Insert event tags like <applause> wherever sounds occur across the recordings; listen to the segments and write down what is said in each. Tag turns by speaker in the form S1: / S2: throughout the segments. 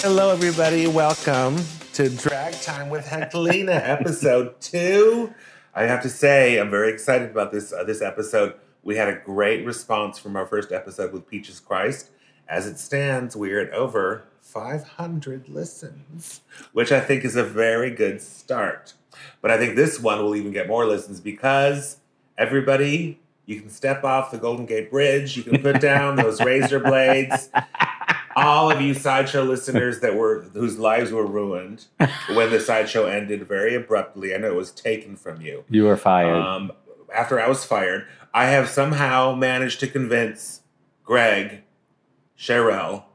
S1: Hello, everybody. Welcome to Drag Time with Hectorina, episode two. I have to say, I'm very excited about this uh, this episode. We had a great response from our first episode with Peaches Christ. As it stands, we are at over 500 listens, which I think is a very good start. But I think this one will even get more listens because everybody, you can step off the Golden Gate Bridge, you can put down those razor blades. All of you sideshow listeners that were whose lives were ruined when the sideshow ended very abruptly. I know it was taken from you.
S2: You were fired.
S1: Um, after I was fired, I have somehow managed to convince Greg, Cheryl,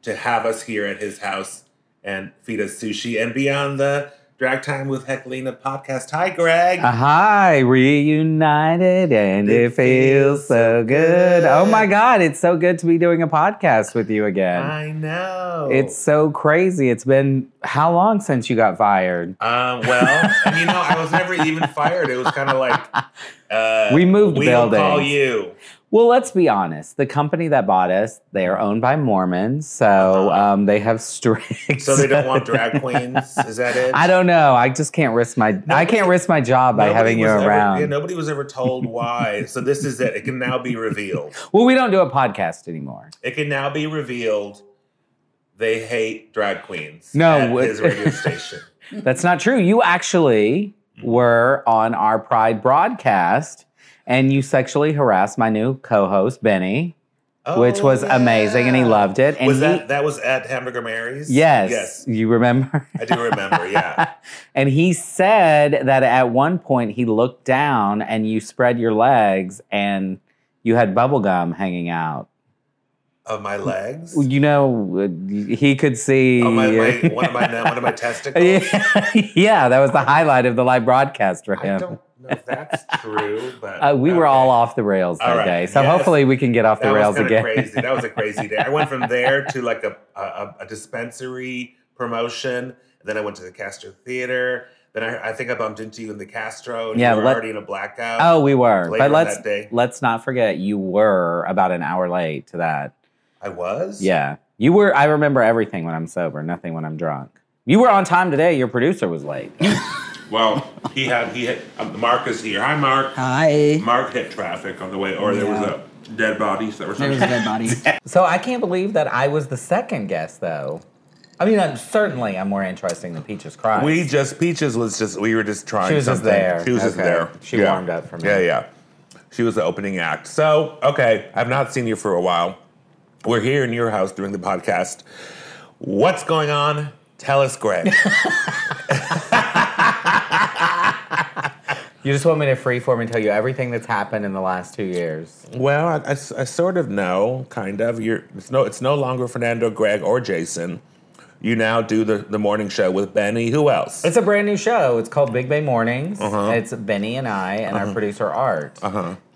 S1: to have us here at his house and feed us sushi and be on the Drag Time with Heckelina podcast. Hi, Greg.
S2: Uh, hi, reunited, and
S1: It
S2: it,
S1: feels
S2: feels so good. Oh my God, it's so good to be doing a podcast with you again.
S1: I know.
S2: It's so crazy. It's been how long since you got fired?
S1: Um, well, and you know, I was never even fired. It was kind of like uh,
S2: We moved
S1: We don't call
S2: buildings.
S1: you.
S2: Well, let's be honest. The company that bought us, they are owned by Mormons, so
S1: Uh-huh.
S2: um, they have strict.
S1: So they don't want drag queens. Is that it?
S2: <laughs> I don't know. I just can't risk my. I can't risk my job by
S1: Nobody
S2: having you
S1: was ever-
S2: around.
S1: yeah, nobody was ever
S2: <laughs>
S1: told why. so this is it. It can now be revealed.
S2: well, we don't do a podcast anymore.
S1: It can now be revealed. They hate drag queens.
S2: No,
S1: at
S2: what-
S1: his radio station.
S2: That's not true. You actually were on our Pride broadcast and you sexually harassed my new co host, Benny, <laughs> which
S1: Oh,
S2: was amazing and he
S1: yeah.
S2: loved it. And
S1: was
S2: he,
S1: that that was at Hamburger Mary's?
S2: Yes,
S1: Yes,
S2: You remember? <laughs>
S1: I do remember. Yeah.
S2: and he said that at one point he looked down and you spread your legs and you had bubble gum hanging out.
S1: Of my legs.
S2: You know, he could see.
S1: Oh my,
S2: <laughs>
S1: my one of my one of my testicles.
S2: yeah, <laughs> yeah, that was the highlight of the live broadcast for him.
S1: I don't know if
S2: <laughs>
S1: that's true, but
S2: Uh, we were
S1: okay.
S2: all off the rails
S1: All
S2: that
S1: right,
S2: day, so
S1: yes.
S2: hopefully we can get off
S1: That
S2: the rails
S1: was kinda
S2: again.
S1: Crazy. That was a crazy day. I went
S2: <laughs>
S1: from there to like a a- a, a dispensary promotion. Then I went to the Castro Theater. Then I, I think I bumped into you in the Castro, and
S2: Yeah,
S1: you were
S2: let-
S1: already in a blackout.
S2: <laughs> oh, we were,
S1: later
S2: but let's
S1: that day.
S2: let's not forget you were about an hour late to that.
S1: I was.
S2: Yeah, you were. I remember everything when I'm sober, nothing when I'm drunk. You were on time today. Your producer was late.
S1: Well, he had he had um, Mark is here. Hi,
S3: <laughs>
S1: Mark.
S3: Hi.
S1: Mark hit traffic on the way, or there was a dead body. So there was
S3: There was a dead body.
S2: <laughs> so I can't believe that I was the second guest, though. I mean, I'm, certainly I'm more interesting than Peaches Cry.
S1: We just Peaches was just we were just trying.
S2: She was just
S1: something.
S2: there.
S1: She was just
S2: Okay.
S1: there.
S2: She warmed up for me.
S1: Yeah, yeah. She was the opening act. So okay, I've not seen you for a while. We're here in your house doing the podcast. What's going on? Tell us,
S2: <laughs>
S1: Greg.
S2: you just want me to freeform and tell you everything that's happened in the last two years.
S1: well, I, I s- I sort of know, kind of. You're it's no it's no longer Fernando, Greg, or Jason. You now do the, the morning show with Benny. Who else?
S2: It's a brand new show. It's called Big Bay Mornings.
S1: Uh-huh.
S2: It's Benny and I and our producer Art.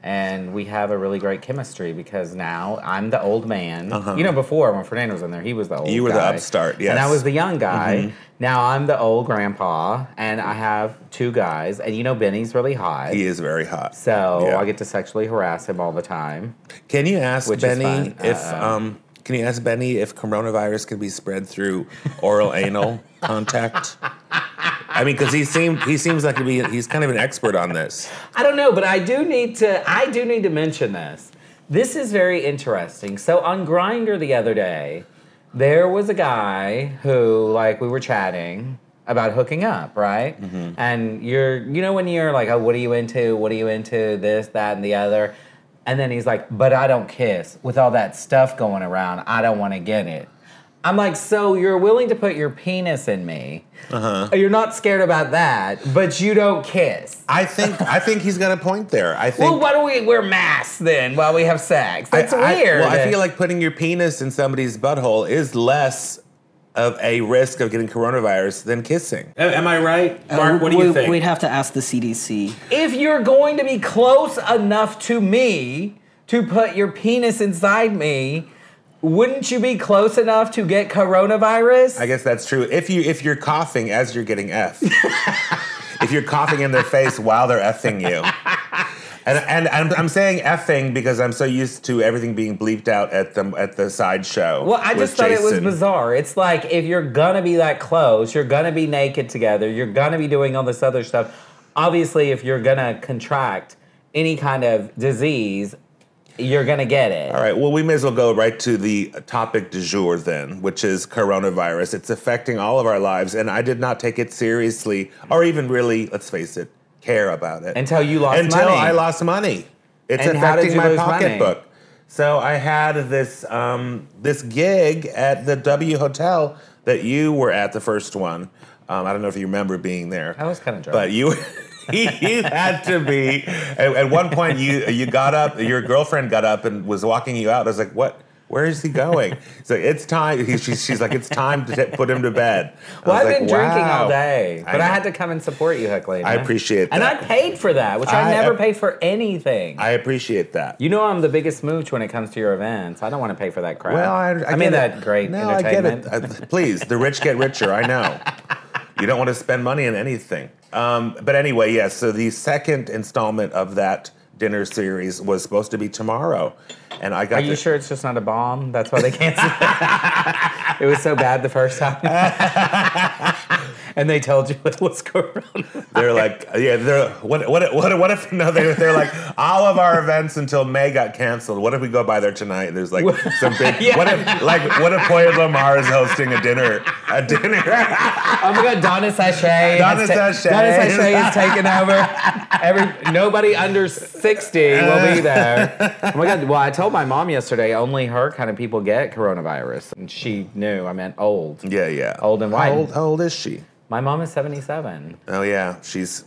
S2: And we have a really great chemistry because now I'm the old man. You know, before when Fernando was in there, he was the old.
S1: Uh-huh. You were the
S2: guy.
S1: upstart, yes. Mm-hmm.
S2: And I was the young guy. Now I'm the old grandpa, and I have two guys. And you know, Benny's really hot.
S1: he is very hot.
S2: So
S1: Yeah.
S2: I get to sexually harass him all the time.
S1: Can you ask
S2: Which is Uh-uh.
S1: Benny
S2: fun.
S1: if um, can you ask Benny if coronavirus can be spread through oral anal contact? I mean, because he seemed he seems like to be he's kind of an expert on this.
S2: I don't know, but I do need to. I do need to mention this. This is very interesting. So on Grinder the other day, there was a guy who, like, we were chatting about hooking up, right? And you're, you know, when you're like, oh, what are you into? What are you into? This, that, and the other. And then he's like, but I don't kiss. With all that stuff going around, I don't want to get it. I'm like, so you're willing to put your penis in me. Uh-huh. You're not scared about that, but you don't kiss.
S1: I think I think he's got a point there. I think.
S2: Well, why don't we wear masks then while we have sex? That's
S1: I, I-
S2: weird.
S1: well, I feel like putting your penis in somebody's butthole is less of a risk of getting coronavirus than kissing.
S4: Am I right,
S1: Uh,
S4: Mark? What do you
S3: We-
S4: think?
S3: We'd have to ask the CDC.
S2: if you're going to be close enough to me to put your penis inside me, wouldn't you be close enough to get coronavirus?
S1: I guess that's true. If you if you're coughing as
S2: <laughs>
S1: you're getting f, if you're coughing in their face while they're effing you, And, and I'm, I'm saying effing because I'm so used to everything being bleeped out at the at the sideshow.
S2: Well, I
S1: with
S2: just thought it was
S1: Jason.
S2: bizarre. It's like if you're gonna be that close, you're gonna be naked together, you're gonna be doing all this other stuff. Obviously, if you're gonna contract any kind of disease, you're gonna get it.
S1: All right. Well, we may as well go right to the topic du jour then, which is coronavirus. It's affecting all of our lives, and I did not take it seriously or even really, let's face it, care about it
S2: Until you lost
S1: until
S2: money.
S1: I lost money. It's
S2: And how did
S1: affecting
S2: you
S1: my
S2: lose money?
S1: pocketbook. So I had this um, this gig at the W Hotel that you were at the first one. Um, I don't know if you remember being there.
S2: I was kinda drunk.
S1: but you. <laughs> you had to be. At, at one point, you you got up. Your girlfriend got up and was walking you out. I was like, "What? Where is he going?" So it's time. He, she's, she's like, "It's time to t- put him to bed." I
S2: Well,
S1: was
S2: I've
S1: like,
S2: been drinking
S1: "Wow."
S2: all day, but I,
S1: know.
S2: had to come and support you, Heckley.
S1: I appreciate
S2: And I
S1: that.
S2: paid for that, which I,
S1: I-
S2: never
S1: I-
S2: pay for anything.
S1: I appreciate that.
S2: you know I'm the biggest mooch when it comes to your events. I don't want to pay for that crap.
S1: Well, I, I, get
S2: mean
S1: it.
S2: that great
S1: No, I get
S2: entertainment.
S1: it. I- please, the rich get richer. I know. You don't want to spend money on anything. Um, but anyway, yes. so the second installment of that dinner series was supposed to be tomorrow, and I got.
S2: Are you
S1: the-
S2: sure it's just not a bomb? That's why they canceled
S1: <laughs>
S2: it. it was so bad the first time. <laughs> and they told you it was corona.
S1: They're like, yeah. They're what? What? What? What if? <laughs> No, they're, they're like all of our events until May got canceled. What if we go by there tonight? There's
S2: <laughs>
S1: like some big.
S2: Yeah.
S1: What if? Like, what if Poya Lamar is hosting a dinner? A dinner. <laughs>
S2: Oh my god, Donna Sachet.
S1: Donna
S2: has ta-
S1: Sachet.
S2: Donna
S1: <laughs>
S2: Sachet is taking over. Every nobody under 60
S1: <laughs>
S2: will be there. Oh my god. Well, I told my mom yesterday only her kind of people get coronavirus. And she knew I meant old.
S1: yeah, yeah.
S2: Old and
S1: How
S2: wide.
S1: old, how old is she?
S2: My mom is 77.
S1: Oh yeah, she's.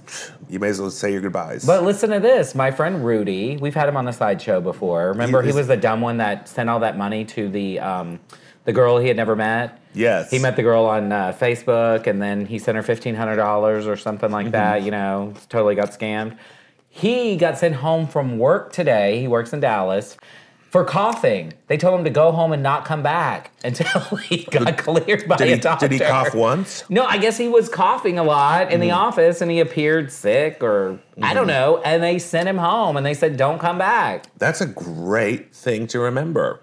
S1: You may as well say your goodbyes.
S2: But listen to this. My friend Rudy, we've had him on the sideshow before. Remember, he,
S1: is-
S2: was the dumb one that sent all that money to the um, the girl he had never met.
S1: yes,
S2: He met the girl on uh, Facebook, and then he sent her fifteen hundred dollars or something like
S1: Mm-hmm.
S2: that. You know, totally got scammed. He got sent home from work today. He works in Dallas for coughing. They told him to go home and not come back <laughs> until he got cleared by
S1: Did
S2: a
S1: he,
S2: doctor.
S1: did he cough Mm-hmm. once?
S2: No, I guess he was coughing a lot in the office and he appeared sick or I
S1: Mm-hmm.
S2: don't know. And they sent him home and they said, don't come back.
S1: That's a great thing to remember.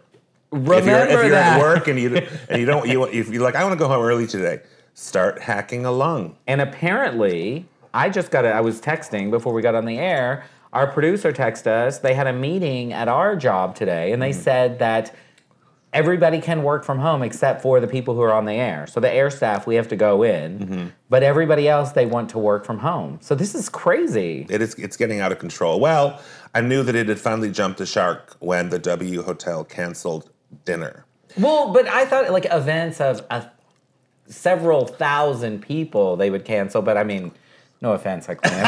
S2: Remember
S1: if you're, if you're
S2: that.
S1: at work and
S2: <laughs>
S1: you and you don't you if you're like I want to go home early today, start hacking a lung.
S2: And apparently, I just got it. I was texting before we got on the air. Our producer texted us. They had a meeting at our job today, and they said that everybody can work from home except for the people who are on the air. So the air staff, we have to go in, but everybody else, they want to work from home. So this is crazy.
S1: It is it's getting out of control. Well, I knew that it had finally jumped the shark when the W Hotel canceled dinner.
S2: Well, but I thought like events of a, several thousand people they would cancel, but I mean, no offense, like there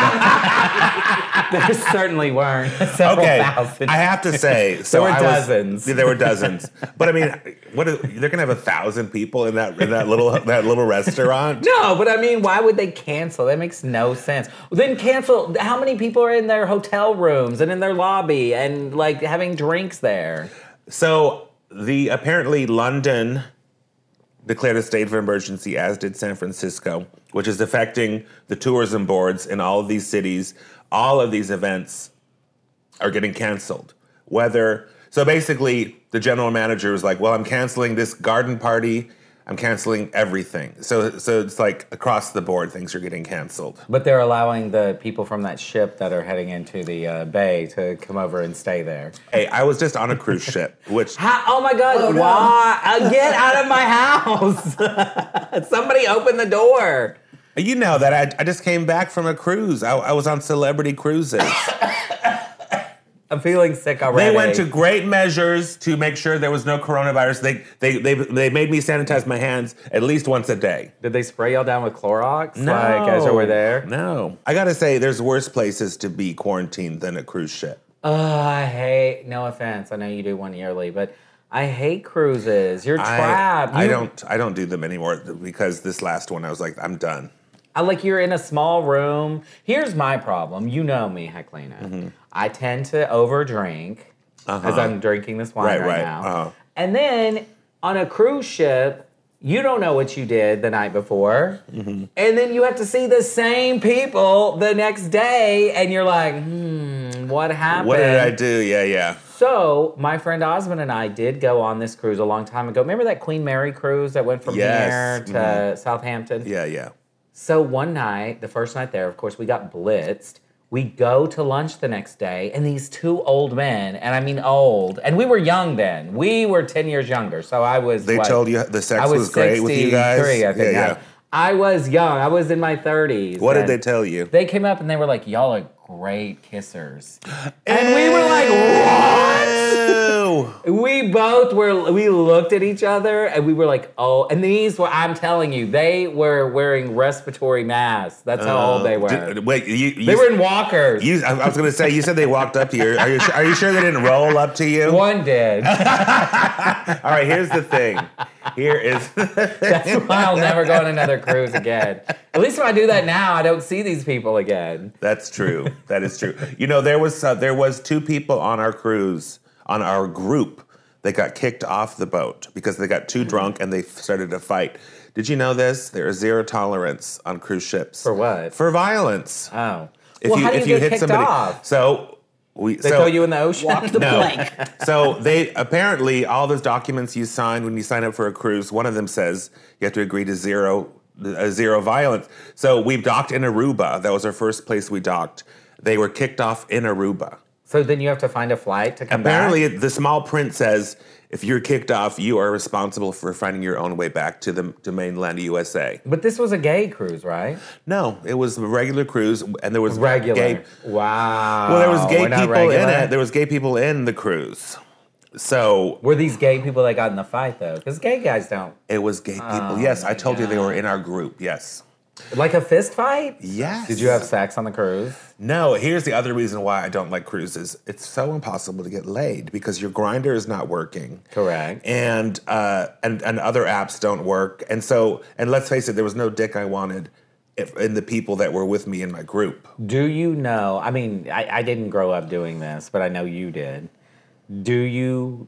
S2: <laughs> certainly <laughs> weren't several
S1: Okay,
S2: thousand.
S1: I have to
S2: <laughs>
S1: say, so
S2: Oh, were
S1: I was-
S2: dozens.
S1: there were dozens, but I mean, what is, they're gonna have a thousand people in that in that little that little restaurant.
S2: no, but I mean, why would they cancel? That makes no sense. Then cancel. How many people are in their hotel rooms and in their lobby and like having drinks there?
S1: So the apparently London declared a state of emergency, as did San Francisco, which is affecting the tourism boards in all of these cities. All of these events are getting canceled. Whether so basically the general manager was like, Well, I'm canceling this garden party, I'm canceling everything. So so it's like across the board things are getting canceled.
S2: But they're allowing the people from that ship that are heading into the uh, bay to come over and stay there.
S1: Hey, I was just on a cruise ship, which
S2: How, oh my God! Why? Uh, get out of my house! <laughs> Somebody open the door.
S1: You know that I, I just came back from a cruise. I, I was on celebrity cruises.
S2: I'm feeling sick already.
S1: They went to great measures to make sure there was no coronavirus. They they they, they made me sanitize my hands at least once a day.
S2: Did they spray y'all down with Clorox? Like as you were there.
S1: No. I gotta say, there's worse places to be quarantined than a cruise ship.
S2: Oh, I hate. No offense, I know you do one yearly, but I hate cruises. You're trapped.
S1: I, I
S2: You-
S1: don't I don't do them anymore because this last one I was like, I'm done.
S2: I like you're in a small room. Here's my problem. You know me, Heclina.
S1: Mm-hmm.
S2: I tend to overdrink as I'm drinking this wine
S1: Uh-huh. Right,
S2: right,
S1: right.
S2: now.
S1: Uh-huh.
S2: And then on a cruise ship, you don't know what you did the night before.
S1: Mm-hmm.
S2: And then you have to see the same people the next day, and you're like, hmm, and what happened.
S1: What did I do? Yeah, yeah.
S2: So my friend Osmond and I did go on this cruise a long time ago. Remember that Queen Mary cruise that went from
S1: Yes. Mm-hmm.
S2: here to Southampton?
S1: Yeah, yeah.
S2: So one night, the first night there, of course, we got blitzed. We go to lunch the next day, and these two old men, and I mean old, and we were young then. We were 10 years younger. So I was.
S1: They
S2: what,
S1: told you the sex
S2: I
S1: was,
S2: was,
S1: great with you guys.
S2: 63, I
S1: yeah,
S2: think.
S1: yeah.
S2: I, I was young. I was in my 30s.
S1: What did
S2: and
S1: they tell you?
S2: They came up and they were like, y'all are great
S1: <gasps>
S2: kissers. And we were like, what?
S1: Ew.
S2: We both were, we looked at each other and we were like, oh, and these were, I'm telling you, they were wearing respiratory masks. That's how old they were.
S1: Oh. Uh, Did- wait, you, you,
S2: they were in walkers.
S1: you I, I was gonna say you said they walked up to you. Are you su- are you sure they didn't roll up to you? <laughs>
S2: One did.
S1: All right, here's the thing. Here is <laughs>
S2: I'll never go on another cruise again. At least if I do that now, I don't see these people again.
S1: That's true. That is true. You know, there was uh, there was two people on our cruise on our group that got kicked off the boat because they got too drunk and they started to fight. Did you know this? There is zero tolerance on cruise ships
S2: For what?
S1: For violence.
S2: Oh. well, how do you get kicked off?
S1: so we
S2: They
S1: so,
S2: throw you in the ocean?
S5: Walk
S1: <laughs>
S5: the
S1: No.
S2: <laughs>
S5: plank.
S1: so they apparently all those documents you sign when you sign up for a cruise, one of them says you have to agree to zero uh, zero violence. So we docked in Aruba. That was our first place we docked. They were kicked off in Aruba.
S2: So then you have to find a flight to come
S1: Apparently,
S2: back?
S1: the small print says if you're kicked off, you are responsible for finding your own way back to the to mainland USA.
S2: But this was a gay cruise, right?
S1: No, it was a regular cruise, and there was
S2: Regular.
S1: gay-
S2: Wow.
S1: well, there was gay
S2: We're not
S1: people in
S2: regular?
S1: it. There was gay people in the cruise. So
S2: Were these gay people that got in the fight though? Because gay guys don't
S1: It was gay people.
S2: Oh
S1: yes, I
S2: my
S1: told you they were in our group. Yes.
S2: like a fist fight.
S1: Yes.
S2: Did you have sex on the cruise?
S1: No, here's the other reason why I don't like cruises. It's so impossible to get laid because your grinder is not working.
S2: Correct.
S1: And uh and and other apps don't work. And so and let's face it, there was no dick I wanted if, in the people that were with me in my group.
S2: Do you know? I mean, I, I didn't grow up doing this, but I know you did. Do you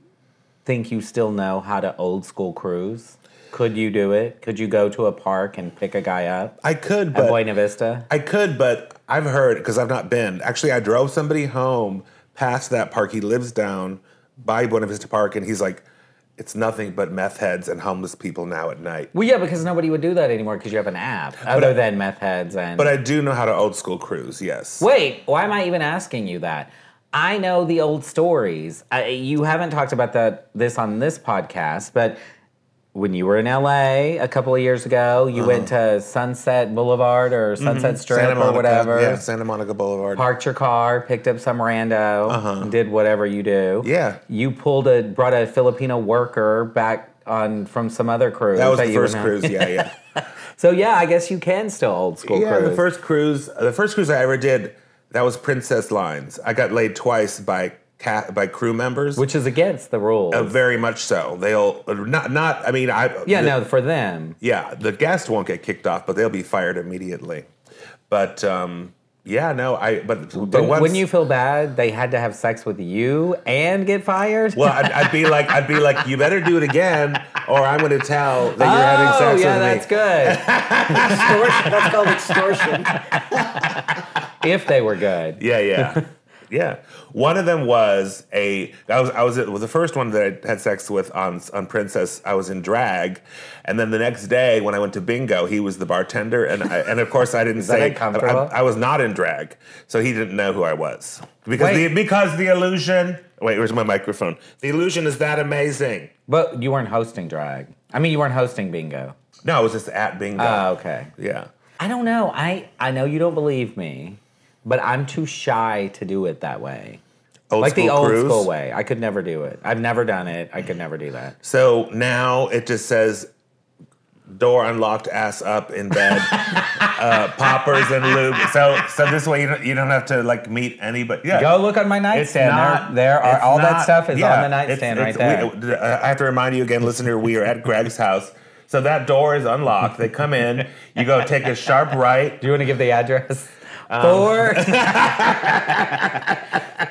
S2: think you still know how to old school cruise? Could you do it? Could you go to a park and pick a guy up
S1: I could
S2: at
S1: but
S2: Buena Vista?
S1: I could, but I've heard because I've not been. Actually, I drove somebody home past that park. He lives down by Buena Vista Park, and he's like, "It's nothing but meth heads and homeless people now at night."
S2: Well, yeah, because nobody would do that anymore because you have an app other than meth heads and.
S1: But I do know how to old school cruise. Yes.
S2: Wait, why am I even asking you that? I know the old stories. I, you haven't talked about that this on this podcast, but when you were in LA a couple of years ago, you went to Sunset Boulevard or Sunset Strip or
S1: Uh-huh. Mm-hmm. Monica,
S2: whatever,
S1: Yeah, Santa Monica Boulevard.
S2: parked your car, picked up some rando, did whatever you do.
S1: Uh-huh. Yeah.
S2: you pulled a brought a Filipino worker back on from some other cruise.
S1: That was the
S2: you
S1: first
S2: went on.
S1: cruise. Yeah, <laughs> yeah.
S2: So yeah, I guess you can still old school
S1: yeah,
S2: cruise.
S1: the first cruise. The first cruise I ever did. That was Princess Lines. I got laid twice by cat by crew members.
S2: which is against the rules.
S1: uh, very much so. They'll not not. I mean, I
S2: yeah,
S1: the-
S2: no, for them.
S1: yeah, the guest won't get kicked off, but they'll be fired immediately. But um, yeah, no, I but but
S2: But
S1: once,
S2: wouldn't you feel bad they had to have sex with you and get fired?
S1: well, I'd, I'd be like, I'd be like, you better do it again, or I'm going to tell that you're having
S2: oh,
S1: sex
S2: yeah,
S1: with
S2: that's
S1: me.
S2: good.
S5: Extortion. That's
S2: <laughs>
S5: called extortion.
S2: if they were good.
S1: Yeah,
S2: <laughs>
S1: yeah, yeah. One of them was a. I was I was, it was the first one that I had sex with on on Princess. I was in drag, and then the next day when I went to bingo, he was the bartender, and I, and of course I
S2: <laughs>
S1: didn't
S2: that
S1: say I,
S2: uncomfortable?
S1: I- I was not in drag, so he didn't know who I was because
S2: Wait.
S1: the because the illusion. Wait, where's my microphone? The illusion is that amazing.
S2: But you weren't hosting drag. I mean, you weren't hosting bingo.
S1: No, I was just at bingo.
S2: Oh, okay.
S1: yeah.
S2: I don't know. I, I know you don't believe me, but I'm too shy to do it that way.
S1: Old
S2: like the
S1: school
S2: old
S1: cruise.
S2: school way. I could never do it. I've never done it. I could never do that.
S1: So now it just says door unlocked, ass up in bed, uh, poppers and lube. So so this way you don't, you don't have to like meet anybody. Yeah.
S2: Go look on my nightstand.
S1: not-
S2: there, there are
S1: it's
S2: all that
S1: not-
S2: stuff is
S1: yeah,
S2: on the
S1: it's-
S2: nightstand
S1: it's-
S2: right there.
S1: we- uh, I have to remind you again, listener, we are at Greg's house. So that door is unlocked. They come in. You go take a sharp right. Um, <laughs>
S2: <laughs> do you want to give the address? Four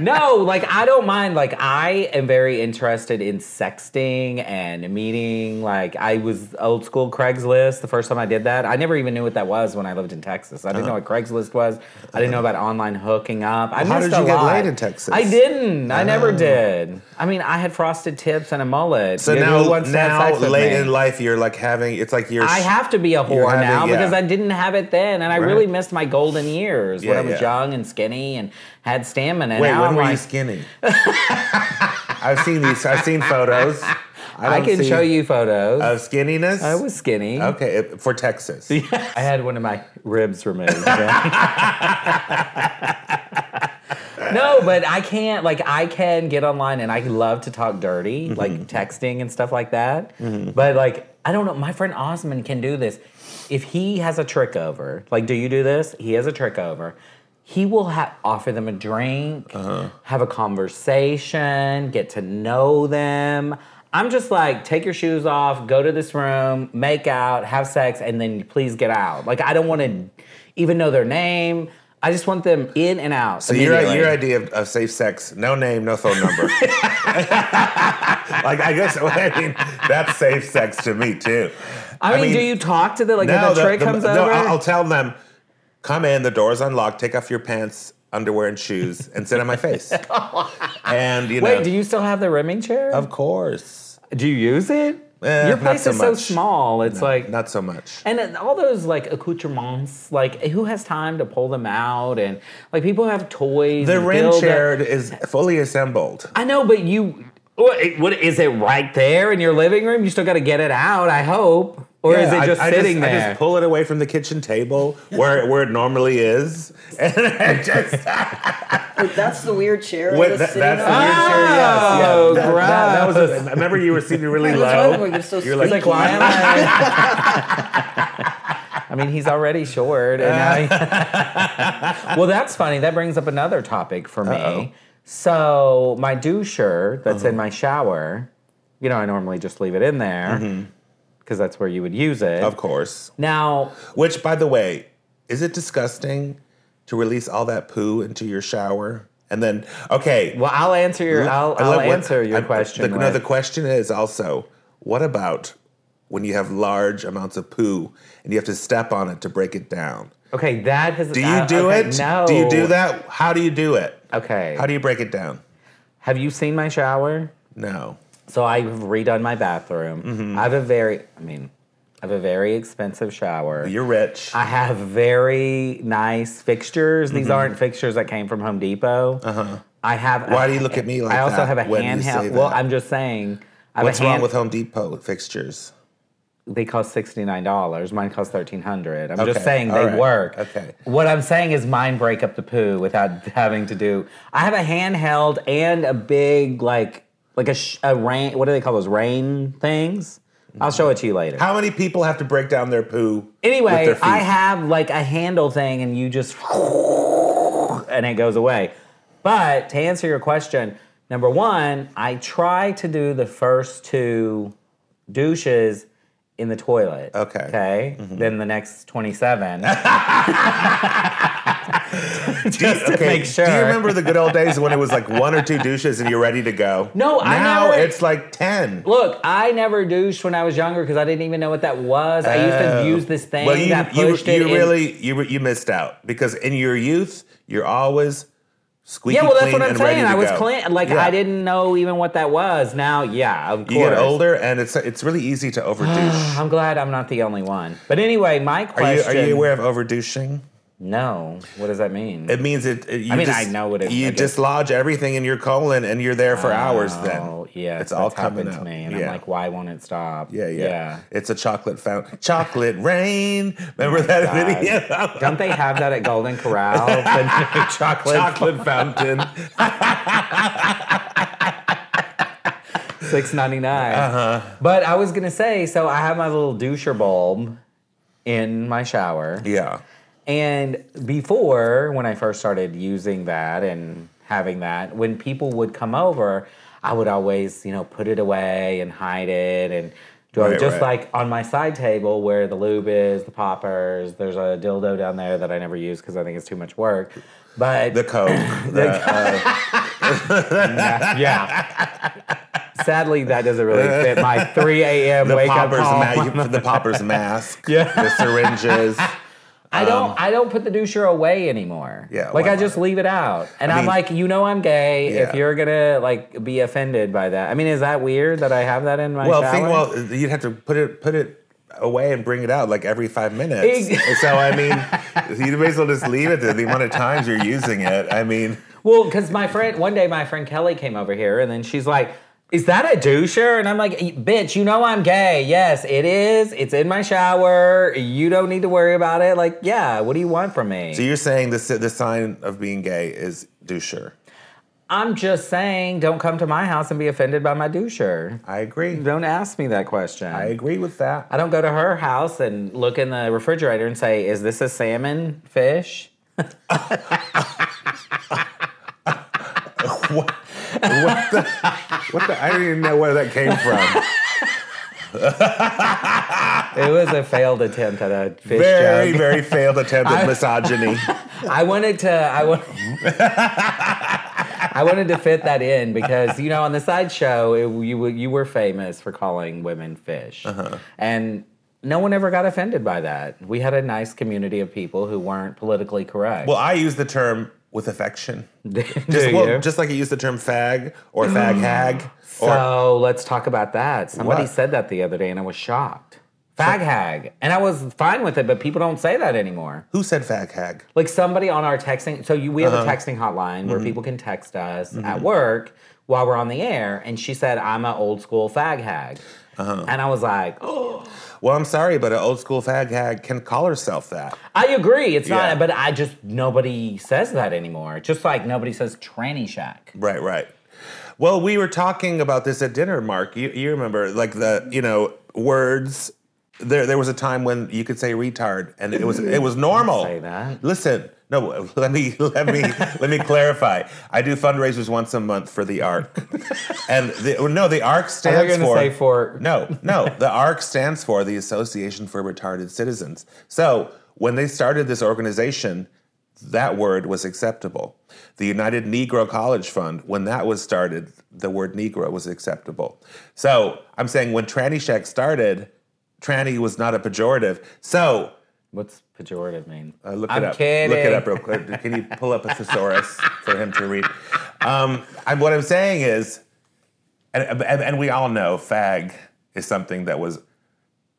S2: no, like I don't mind. Like I am very interested in sexting and meeting. Like I was old school Craigslist the first time I did that. I never even knew what that was when I lived in Texas.
S1: Uh-huh.
S2: I didn't know what Craigslist was. I didn't know about online hooking up. I
S1: Well, how
S2: missed
S1: did you
S2: a
S1: get
S2: lot.
S1: laid in Texas?
S2: I didn't. I never
S1: Oh.
S2: did. I mean, I had frosted tips and a mullet.
S1: So
S2: You know, who
S1: now,
S2: wants to have
S1: now
S2: sex with
S1: late
S2: me?
S1: in life, you're like having it's like you're.
S2: I have to be a
S1: You
S2: whore
S1: have it,
S2: now
S1: yeah.
S2: because I didn't have it then, and I
S1: Right.
S2: really missed my golden years when
S1: Yeah,
S2: I was
S1: yeah.
S2: young and skinny and had stamina. And
S1: Wait,
S2: now
S1: when
S2: I'm
S1: were you
S2: like, <laughs>
S1: skinny? I've seen these. I've seen photos. I,
S2: I
S1: don't
S2: can
S1: see-
S2: show you photos.
S1: of skinniness.
S2: I was skinny.
S1: okay it- for Texas.
S2: <laughs> I had one of my ribs removed. no, but I can't. Like, I can get online and I love to talk dirty, like texting and stuff like that. But, like, I don't know. My friend Osman can do this. If he has a trick over, like, do you do this? He has a trick over. He will ha- offer them a drink, have a conversation, get to know them. I'm just like, take your shoes off, go to this room, make out, have sex, and then please get out. Like, I don't want to even know their name. I just want them in and out.
S1: So your
S2: immediately.
S1: your idea of, of safe sex, no name, no phone
S2: <laughs>
S1: number. like I guess <laughs> I mean that's safe sex to me too.
S2: I mean, do you talk to them? Like,
S1: now
S2: if the, trick comes
S1: no,
S2: over?
S1: I'll, I'll tell them, come in, the door's unlocked, take off your pants, underwear, and shoes, and sit on my
S2: <laughs>
S1: face. and you know,
S2: Wait, do you still have the rimming chair?
S1: of course,
S2: do you use it?
S1: Eh,
S2: your
S1: not
S2: place
S1: so
S2: is so
S1: much.
S2: small. It's like
S1: not so much.
S2: And then all those like accoutrements, like who has time to pull them out? And like people have toys.
S1: The
S2: and
S1: rim
S2: build-
S1: chair is fully assembled.
S2: I know, but you, what, it- what is it right there in your living room? You still got to get it out. I hope, or is
S1: Yeah,
S2: it just
S1: I, I
S2: sitting
S1: I
S2: there?
S1: just pull it away from the kitchen table where where it normally is, <laughs> and
S6: <laughs>
S1: I just
S6: Wait, that's the weird chair.
S1: Wait,
S6: I was
S1: that-
S6: sitting
S1: that's the
S6: on?
S1: weird
S2: oh,
S1: chair, yes, yeah.
S2: gross!
S1: That was a, I remember you were sitting
S6: <laughs>
S1: really
S6: What's wrong with
S1: low.
S6: you? You're so
S1: You're
S2: He's like,
S6: squeaky.
S2: why am I? <laughs> I mean, he's already short, and
S1: <laughs>
S2: I. well, that's funny. That brings up another topic for me. So my doucher that's
S1: Uh-huh.
S2: in my shower, you know, I normally just leave it in there because that's where you would use it.
S1: Mm-hmm. Of course.
S2: Now,
S1: Which, by the way, is it disgusting to release all that poo into your shower and then? Okay,
S2: well, I'll answer your. I'll,
S1: I
S2: I'll
S1: love what-
S2: answer your
S1: I-
S2: question.
S1: The, no,
S2: with-
S1: the question is also what about when you have large amounts of poo and you have to step on it to break it down?
S2: okay, that has.
S1: Do you
S2: I-
S1: do
S2: okay,
S1: it?
S2: No.
S1: Do you do that? How do you do it?
S2: Okay.
S1: How do you break it down?
S2: Have you seen my shower?
S1: No.
S2: So I've redone my bathroom.
S1: Mm-hmm.
S2: I have a very, I mean, I have a very expensive shower.
S1: You're rich.
S2: I have very nice fixtures.
S1: Mm-hmm.
S2: These aren't fixtures that came from Home Depot. Uh-huh. I have. a-
S1: Why do you look at me like
S2: I also
S1: that
S2: have a
S1: when you say
S2: handheld. Well,
S1: that?
S2: I'm just saying. I have
S1: What's
S2: a hand,
S1: wrong with Home Depot fixtures?
S2: They cost sixty nine dollars. Mine cost thirteen hundred. I'm
S1: Okay,
S2: just saying
S1: all
S2: they
S1: right,
S2: work.
S1: okay.
S2: What I'm saying is mine break up the poo without <laughs> having to do. I have a handheld and a big like like a, sh- a rain. What do they call those rain things? I'll show it to you later.
S1: How many people have to break down their poo? with
S2: Anyway,
S1: their feet?
S2: I have like a handle thing, and you just <laughs> and it goes away. But to answer your question, number one, I try to do the first two douches in the toilet.
S1: Okay. Mm-hmm.
S2: Okay. Then the next twenty-seven. <laughs> <laughs> just to make sure.
S1: Do you remember the good old days when it was like one
S2: <laughs>
S1: or two douches and you're ready to go?
S2: No,
S1: now
S2: I never-
S1: it's like ten.
S2: Look, I never douched when I was younger because I didn't even know what that was. I used to use this thing
S1: Oh. well, you,
S2: that
S1: you,
S2: pushed it.
S1: you
S2: in-
S1: really you were- you missed out because in your youth you're always squeaky
S2: Yeah, well, that's
S1: clean
S2: what I'm
S1: and ready
S2: saying.
S1: to
S2: I was
S1: go.
S2: clean. Like
S1: Yeah.
S2: I didn't know even what that was. Now, yeah, of course.
S1: You get older and it's it's really easy to overdouche. <sighs>
S2: <sighs> I'm glad I'm not the only one. But anyway, my
S1: are you
S2: question.
S1: are you aware of overdouching?
S2: No. What does that mean?
S1: It means it. it- you
S2: I mean,
S1: just-
S2: I know what it-
S1: You
S2: I guess-
S1: dislodge everything in your colon, and you're there for hours. Then,
S2: Oh, yeah,
S1: it's all
S2: that's happened
S1: coming
S2: to
S1: out.
S2: me, and I'm
S1: Yeah.
S2: like, why won't it stop?
S1: Yeah, yeah, It's a chocolate fountain. Chocolate rain. Remember
S2: Oh God.
S1: that video?
S2: Don't they have that
S1: <laughs>
S2: at Golden Corral? The new <laughs> chocolate.
S1: chocolate fountain.
S2: six ninety nine.
S1: Uh-huh.
S2: But I was gonna say, so I have my little doucher bulb in my shower.
S1: Yeah.
S2: And before, when I first started using that and having that, when people would come over, I would always, you know, put it away and hide it and Do I
S1: Right,
S2: just
S1: right.
S2: like on my side table where the lube is, the poppers? There's a dildo down there that I never use because I think it's too much work. But
S1: The Coke. the,
S2: <laughs> yeah.
S1: <laughs>
S2: Sadly, that doesn't really fit my 3 a.m.
S1: the
S2: wake
S1: popper's,
S2: up call.
S1: ma- the popper's mask.
S2: <laughs> Yeah.
S1: The
S2: <laughs>
S1: syringes.
S2: I don't. I don't put the doucher away anymore.
S1: Um, Yeah,
S2: like
S1: why
S2: I just
S1: not?
S2: leave it out, and I am
S1: mean-
S2: like, you know, I'm gay. If
S1: Yeah.
S2: you're gonna like be offended by that, I mean, is that weird that I have that in my
S1: Well,
S2: shower?
S1: think, well, you'd have to put it put it away and bring it out like every five minutes.
S2: Ex-
S1: And so I
S2: <laughs>
S1: mean, you may as well just leave it there. The amount of times you're using it, I mean,
S2: Well, because my friend, one day my friend Kelly came over here, and then she's like, "Is that a doucher?" And I'm like, "Bitch, you know I'm gay. Yes, it is. It's in my shower. You don't need to worry about it. Like, yeah, what do you want from me?"
S1: so you're saying the si- the sign of being gay is doucher.
S2: I'm just saying, don't come to my house and be offended by my doucher.
S1: I agree.
S2: Don't ask me that question.
S1: I agree with that. <laughs>
S2: I don't go to her house and look in the refrigerator and say, "Is this a salmon fish?"
S1: What the, I don't even know where that came from.
S2: It was a failed attempt at a <laughs> fish
S1: very, <laughs>
S2: joke.
S1: very failed attempt at
S2: <laughs>
S1: misogyny.
S2: I wanted to. I want. <laughs> I wanted to fit that in because you know on the sideshow it, you were- you were famous for calling women fish,
S1: Uh-huh.
S2: and no one ever got offended by that. We had a nice community of people who weren't politically correct. <laughs>
S1: Well, I use the term with affection.
S2: Do
S1: Just,
S2: you? Mm.
S1: well, just like you use the term fag or fag hag. Or,
S2: so let's talk about that. Somebody
S1: What?
S2: said that the other day, and I was shocked. Fag hag, and I was fine with it, but people don't say that anymore.
S1: who said fag hag?
S2: like somebody on our texting so you, we have
S1: Uh-huh.
S2: a texting hotline
S1: Mm-hmm.
S2: where people can text us at work while we're on the air and she said i'm an old school fag hag
S1: Uh-huh.
S2: and i was like "Oh,
S1: Well, I'm sorry, but an old school fag hag can call herself that.
S2: i agree it's
S1: Yeah.
S2: not but i just nobody says that anymore just like nobody says tranny shack
S1: Right, right. Well, we were talking about this at dinner, Mark. You, you remember, like the you know words. There, there was a time when you could say retard, and it was it was normal.
S2: Mm-hmm. say that.
S1: Listen, no, <laughs> let me let
S2: <laughs>
S1: me let me clarify. I do fundraisers once a month for the ARC, and the, no, the ARC
S2: thought
S1: stands
S2: you were gonna
S1: for
S2: say for-
S1: no, no. The ARC stands for the Association for Retarded Citizens. So when they started this organization, that word was acceptable. The United Negro College Fund, when that was started, the word Negro was acceptable. So I'm saying when Tranny Shack started, tranny was not a pejorative. So
S2: what's pejorative mean
S1: uh, look
S2: I'm
S1: it up.
S2: kidding.
S1: Look it up real quick. Can you pull up a thesaurus for him to read? Um, I'm, what I'm saying is, and, and, and we all know fag is something that was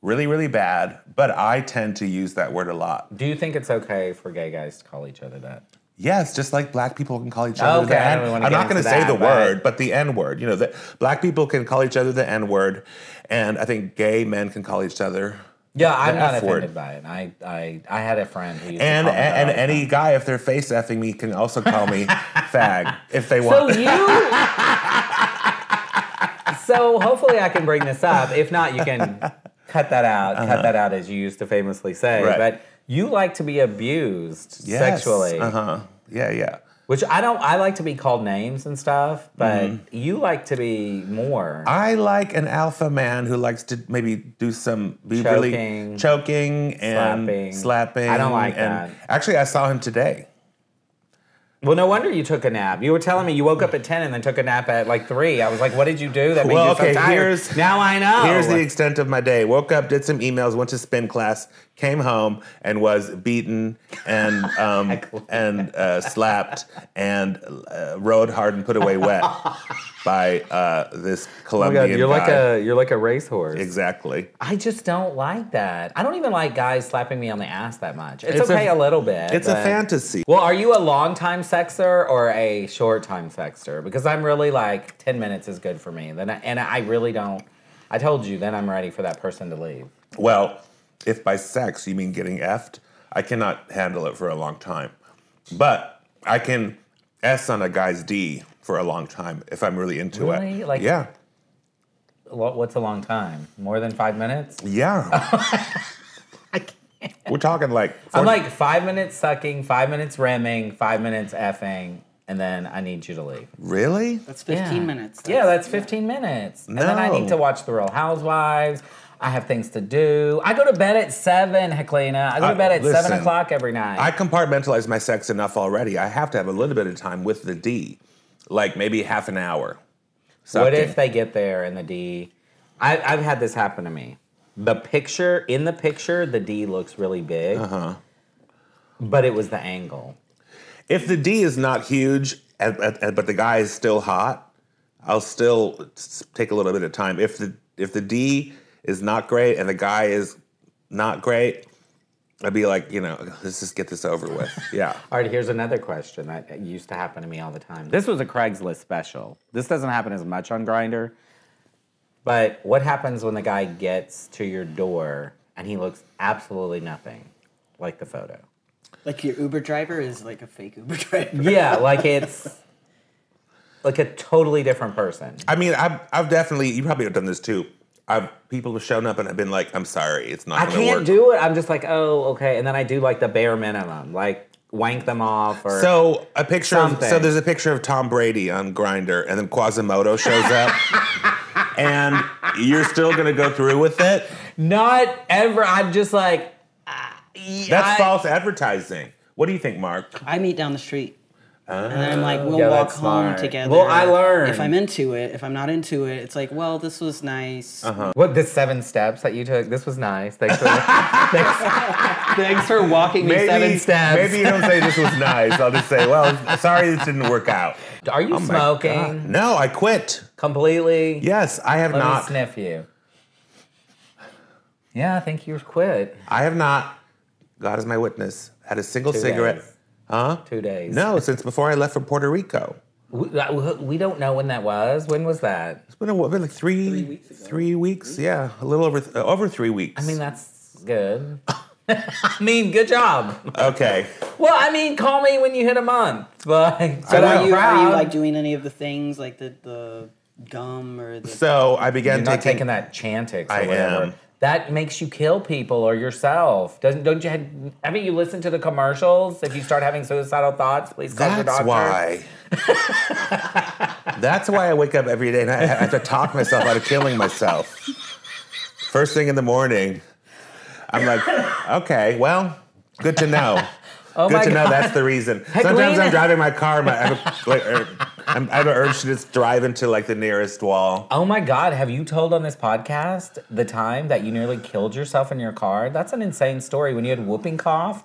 S1: really, really bad, but I tend to use that word a lot.
S2: do you think it's okay for gay guys to call each other that
S1: Yes, just like black people can call each other
S2: Okay,
S1: the
S2: I
S1: N.
S2: don't really wanna
S1: I'm
S2: get
S1: not going to
S2: into
S1: say
S2: that,
S1: the
S2: but-
S1: word, but the N word. You know, that black people can call each other the N word, and I think gay men can call each other
S2: yeah i'm
S1: The
S2: not
S1: F word.
S2: offended by it i i i had a friend who used
S1: And
S2: to call me that
S1: and,
S2: all the
S1: any guy, if they're face effing me, can also call
S2: <laughs>
S1: me fag if they
S2: So
S1: want.
S2: you.
S1: <laughs>
S2: so hopefully I can bring this up. If not, you can cut that out. Cut that out, as you used to famously say.
S1: Uh-huh. Right.
S2: But you like to be abused sexually,
S1: Uh huh. Yeah, yeah.
S2: which I don't. I like to be called names and stuff, but
S1: Mm-hmm.
S2: you like to be more.
S1: I like an alpha man who likes to maybe do some be really
S2: Choking.
S1: choking and
S2: Slapping.
S1: slapping.
S2: I don't like
S1: and,
S2: that.
S1: Actually, I saw him today.
S2: well, no wonder you took a nap. You were telling me you woke up at ten and then took a nap at like three. I was like, "What did you do that made
S1: Well,
S2: you so
S1: okay,
S2: tired?"
S1: here's-
S2: now I know.
S1: Here's the extent of my day. Woke up, did some emails, went to spin class, came home, and was beaten
S2: <laughs>
S1: and um, and uh, slapped and uh, rode hard and put away
S2: <laughs>
S1: wet by uh, this
S2: Oh my
S1: Colombian
S2: God, you're
S1: guy.
S2: like a you're like a racehorse.
S1: exactly.
S2: I just don't like that. I don't even like guys slapping me on the ass that much. It's,
S1: It's a-
S2: okay a, little bit.
S1: It's a
S2: but-
S1: fantasy.
S2: Well, are you a long time sexer or a short time sexer? Because I'm really like ten minutes is good for me. Then I, and I really don't. I told you. Then I'm ready for that person to leave.
S1: Well, if by sex you mean getting effed, I cannot handle it for a long time. But I can S on a guy's D for a long time if I'm really into
S2: Really?
S1: it.
S2: Like-
S1: yeah.
S2: Lo- What's a long time? More than five minutes?
S1: Yeah.
S2: <laughs>
S1: We're talking like
S2: I'm like five minutes sucking, five minutes ramming, five minutes effing, and then I need you to leave.
S1: Really?
S6: That's 15
S2: Yeah.
S6: minutes.
S2: yeah, that's 15 minutes. And then I
S1: No.
S2: need to watch The Real Housewives. I have things to do. I go to bed at 7, Helena. I go to
S1: I-
S2: bed at 7
S1: listen,
S2: o'clock every night.
S1: I compartmentalize my sex enough already. I have to have a little bit of time with the D, like maybe half an hour.
S2: what
S1: Something.
S2: if they get there and the D? I, I've had this happen to me. The picture, in the picture, the D looks really big. Uh-huh. But it was the angle.
S1: if the D is not huge, and- and- and- but the guy is still hot? I'll still s- take a little bit of time. If the if the D is not great and the guy is not great, I'd be like, you know, let's just get this over with. Yeah.
S2: All right, here's another question that used to happen to me all the time. This was a Craigslist special. This doesn't happen as much on Grinder. But what happens when the guy gets to your door and he looks absolutely nothing like the photo?
S6: Like your Uber driver is like a fake Uber <laughs> driver.
S2: Yeah, <laughs> like it's like a totally different person.
S1: I mean, I've, I've definitely, you probably have done this too. I've People have shown up and have been like, I'm sorry, it's not
S2: I
S1: going to work.
S2: can't do it. I'm just like, oh, okay. And then I do like the bare minimum, like wank them off or
S1: So a picture. Of, so
S2: Something.
S1: there's a picture of Tom Brady on Grinder, and then Quasimodo shows up,
S2: <laughs>
S1: and you're still gonna go through with it.
S2: not ever. I'm just like, ah, yeah,
S1: That's
S2: I-
S1: false advertising. What do you think, Mark?
S6: I meet down the street. and then I'm like, we'll
S2: Yeah,
S6: walk
S2: that's
S6: home
S2: smart.
S6: together.
S2: Well, I learned.
S6: If I'm into it, if I'm not into it, it's like, well, this was nice.
S2: What the seven steps that you took? This was nice. Thanks for thanks, thanks for walking me <laughs> seven steps.
S1: maybe you don't say this was nice. I'll just say, well, sorry this didn't work out.
S2: Are you
S1: Oh my God.
S2: smoking
S1: No, I quit.
S2: completely?
S1: Yes, I have
S2: Let
S1: not.
S2: me sniff you. Yeah, I think you quit.
S1: I have not. God is my witness. Had a single
S2: Two
S1: cigarette.
S2: days.
S1: Huh?
S2: Two days.
S1: No, since before I left for Puerto Rico.
S2: we, uh, we don't know when that was. When was that?
S1: It's been, a, what, been like three, three
S4: weeks ago.
S1: weeks? Yeah, a little over th- uh, over three weeks.
S2: I mean, that's good. <laughs> I mean, good job.
S1: Okay.
S2: Well, I mean, call me when you hit a month. But
S1: I
S2: but
S1: will.
S2: I'm
S6: Are you, are
S2: proud.
S6: you like doing any of the things like the, the gum or the.
S1: So I began
S2: You're not
S1: taking,
S2: taking that Chantix or
S1: I
S2: whatever.
S1: am.
S2: That makes you kill people or yourself. Doesn't don't you had- haven't you listened to the commercials? If you start having suicidal thoughts, please call your
S1: That's
S2: doctor.
S1: why. That's why I wake up every day and I have to talk myself out of killing myself. First thing in the morning, I'm like, okay, well, good to know.
S2: <laughs> Oh
S1: good
S2: my
S1: to know
S2: God.
S1: that's the reason. Sometimes I'm
S2: Helena.
S1: driving my car, my, I, have a, like, er, I'm, I have an urge to just drive into like the nearest wall.
S2: Oh my God! Have you told on this podcast the time that you nearly killed yourself in your car? That's an insane story. When you had whooping cough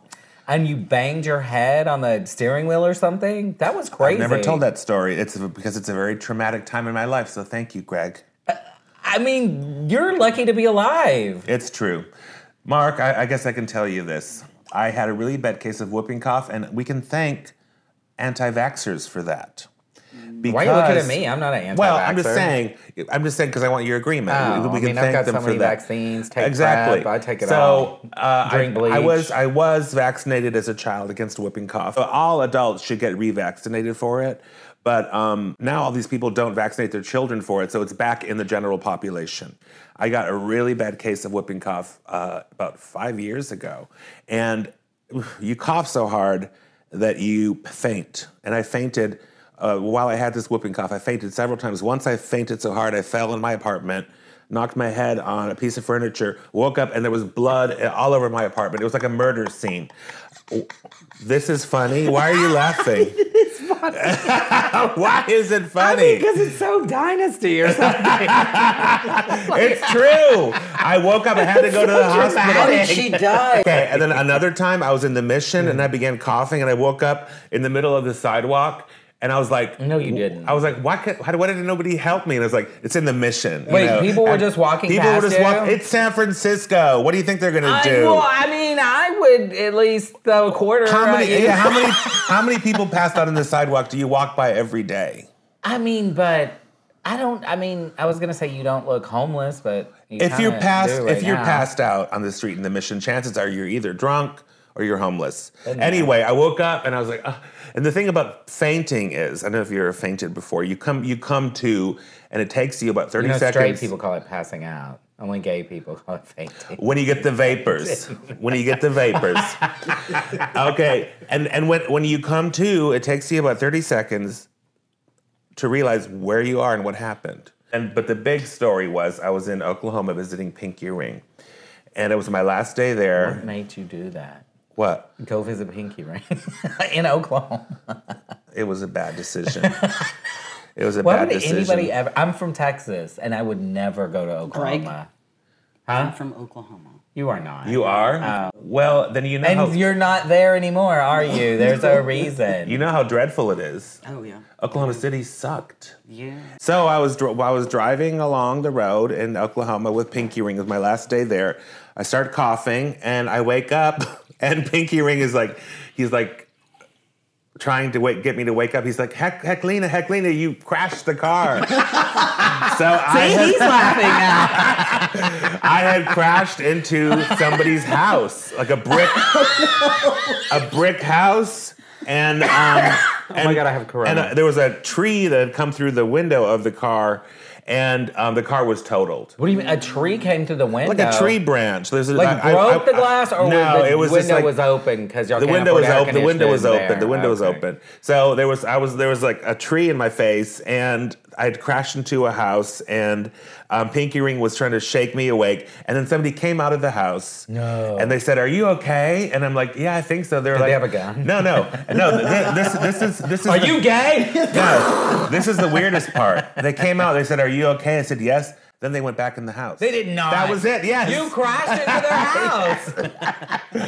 S2: and you banged your head on the steering wheel or something, that was crazy.
S1: Never told that story. It's because it's a very traumatic time in my life. So thank you, Greg.
S2: I mean, you're lucky to be alive.
S1: It's true. Mark, I, I guess I can tell you this. I had a really bad case of whooping cough, and we can thank anti vaxxers for that.
S2: Why are you looking at
S1: Because-
S2: me? I'm not an anti.
S1: Well, I'm just saying. I'm just saying because I want your agreement.
S2: Oh,
S1: we, we
S2: I
S1: can
S2: mean, I've
S1: thank
S2: got
S1: them
S2: so
S1: for
S2: many
S1: that.
S2: vaccines, take
S1: exactly.
S2: Prep, I take it
S1: so,
S2: all.
S1: uh,
S2: Drink
S1: I, I was
S2: bleach.
S1: I was vaccinated as a child against whooping cough. All adults should get revaccinated for it, but um, now all these people don't vaccinate their children for it, so it's back in the general population. I got a really bad case of whooping cough uh, about five years ago, and you cough so hard that you faint, and I fainted. Uh, while I had this whooping cough, I fainted several times. Once I fainted so hard, I fell in my apartment knocked my head on a piece of furniture, woke up, and there was blood all over my apartment. It was like a murder scene. This is funny. Why are you
S6: <laughs>
S1: laughing? <laughs> Why is it funny?
S2: because it's so dynasty
S1: <laughs>
S2: or something.
S1: it's true. I woke up, I had to go to the
S6: <laughs> How
S1: hospital.
S6: did she die?
S1: Okay, and then another time I was in the mission
S2: Mm-hmm.
S1: and I began coughing and I woke up in the middle of the sidewalk and I was like,
S2: No, you didn't.
S1: I was like, why, could, why, why didn't nobody help me? And I was like, it's in the mission. you
S2: Wait,
S1: know?
S2: people were
S1: And
S2: just walking
S1: People were
S2: past
S1: just walking.
S2: you?
S1: It's San Francisco. What do you think they're gonna
S2: I,
S1: do?
S2: well, I mean, I would at least throw a quarter.
S1: How
S2: at you.
S1: many? Yeah, how many? How many people passed out on the sidewalk do you walk by every day?
S2: I mean, but I don't. I mean, I was gonna say you don't look homeless, but you
S1: If you're
S2: kinda
S1: passed,
S2: do right
S1: if you're
S2: now.
S1: passed out on the street in the Mission, chances are you're either drunk or you're homeless.
S2: Doesn't
S1: Anyway, I woke up and I was like, Ugh. and the thing about fainting is, I don't know if you've ever fainted before. You come, you come to, and it takes you about thirty
S2: you know, straight
S1: seconds.
S2: people call it passing out. Only gay people call it fainting.
S1: When you get the vapors. when you get the vapors. okay. And and when when you come to, it takes you about 30 seconds to realize where you are and what happened. And but the big story was I was in Oklahoma visiting Pinky Ring. And it was my last day
S2: What
S1: there.
S2: made you do that?
S1: What?
S2: Go visit Pinky Ring <laughs> in Oklahoma.
S1: It was a bad decision. it was a
S2: <laughs> Why
S1: bad
S2: would
S1: decision.
S2: anybody ever? I'm from Texas, and I would never go to Oklahoma.
S6: I'm from Oklahoma.
S2: You are not.
S1: you are? well, then you know
S2: Oh. and
S1: how,
S2: you're not there anymore, are you? There's a reason.
S1: you know how dreadful it is.
S6: Oh yeah.
S1: Oklahoma City sucked.
S6: Yeah.
S1: So I was dr- I was driving along the road in Oklahoma with Pinky Ring. It was my last day there. I start coughing and I wake up <laughs> and Pinky Ring is like, he's like trying to wake, get me to wake up. He's like, Heck, Hecklina, Hecklina, you crashed the car. <laughs> so I had,
S2: He's laughing now.
S1: I had crashed into somebody's house, like a
S2: <laughs>
S1: brick, a brick house, and um, and,
S2: Oh, my God, I have corona.
S1: And uh, there was a tree that had come through the window of the car, and um, the car was totaled.
S2: <laughs> What do you mean? A tree came through the window.
S1: Like a tree branch. There's a,
S2: Like
S1: I- I-
S2: broke
S1: I-
S2: the glass, or
S1: no,
S2: was the
S1: it was just
S2: window
S1: like,
S2: was open because y'all
S1: the
S2: can't
S1: window
S2: afford
S1: was
S2: air
S1: open. The window was
S2: conditioning
S1: open. The
S2: there.
S1: window was
S2: Okay.
S1: open. So there was I was there was like a tree in my face, and I'd crashed into a house, and um, Pinky Ring was trying to shake me awake, and then somebody came out of the house,
S2: No.
S1: and they said, "Are you okay?" And I'm like, "Yeah, I think so." They're like,
S2: they have a gun?
S1: No, no,
S2: <laughs>
S1: no. th- th- this this is this is.
S2: Are
S1: the-
S2: you gay?
S1: <laughs> No, this is the weirdest part. They came out. They said, "Are you okay?" I said, "Yes." Then they went back in the house.
S2: They did not.
S1: That was it. Yes.
S2: You crashed into
S1: <laughs>
S2: their house.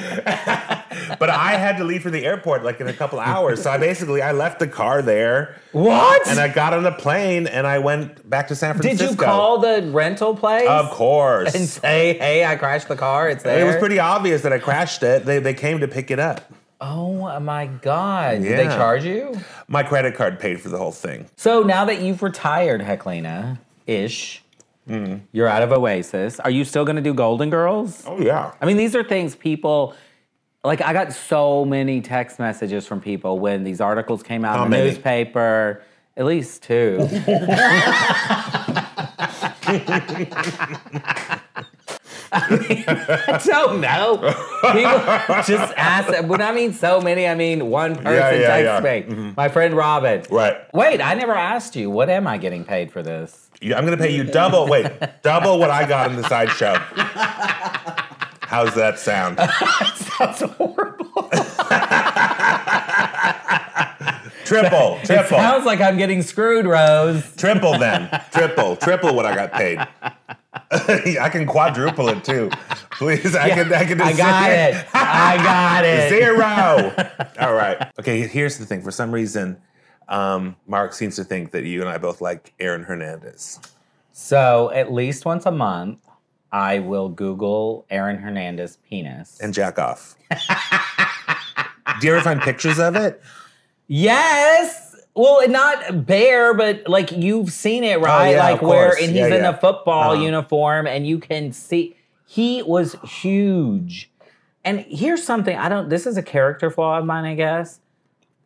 S1: But I had to leave for the airport like in a couple hours. So I basically I left the car there.
S2: What?
S1: And I got on a plane and I went back to San
S2: Did
S1: Francisco.
S2: you call the rental place?
S1: Of course.
S2: And say, hey, I crashed the car. It's there.
S1: it was pretty obvious that I crashed it. They, they came to pick it up.
S2: Oh my God. Did they
S1: Yeah.
S2: charge you?
S1: My credit card paid for the whole thing.
S2: So now that you've retired, Heclina ish, you're out of Oasis. Are you still going to do Golden Girls?
S1: Oh yeah.
S2: I mean, these are things people. Like I got so many text messages from people when these articles came out
S1: How
S2: in the
S1: many?
S2: newspaper. At least
S1: <laughs>
S2: two. I don't know. People just ask. When I mean so many, I mean one person
S1: yeah, Mm-hmm.
S2: texts
S1: yeah.
S2: me. My friend Robin.
S1: Right.
S2: Wait, I never asked you. What am I getting paid for <laughs> this?
S1: You- I'm gonna pay you double wait, double what I got in the sideshow. How's that sound?
S2: Sounds horrible.
S1: Triple, triple.
S2: Sounds like I'm getting screwed, Rose.
S1: Triple then. triple. Triple what I got paid. <laughs> I can quadruple it too. Please, I can I can do
S2: I got
S1: zero.
S2: it.
S1: <laughs>
S2: I <laughs> got it.
S1: Zero. All right. Okay, here's the thing. For some reason, um, Mark seems to think that you and I both like Aaron Hernandez.
S2: So at least once a month, I will Google Aaron Hernandez penis.
S1: And jack off. Do you ever find pictures of it?
S2: yes. Well, not bare, but like you've seen it, right?
S1: Oh, yeah,
S2: like
S1: of
S2: where,
S1: course.
S2: and he's
S1: Yeah,
S2: in
S1: yeah.
S2: a football
S1: Uh-huh.
S2: uniform, and you can see he was huge. And here's something I don't. This is a character flaw of mine, I guess.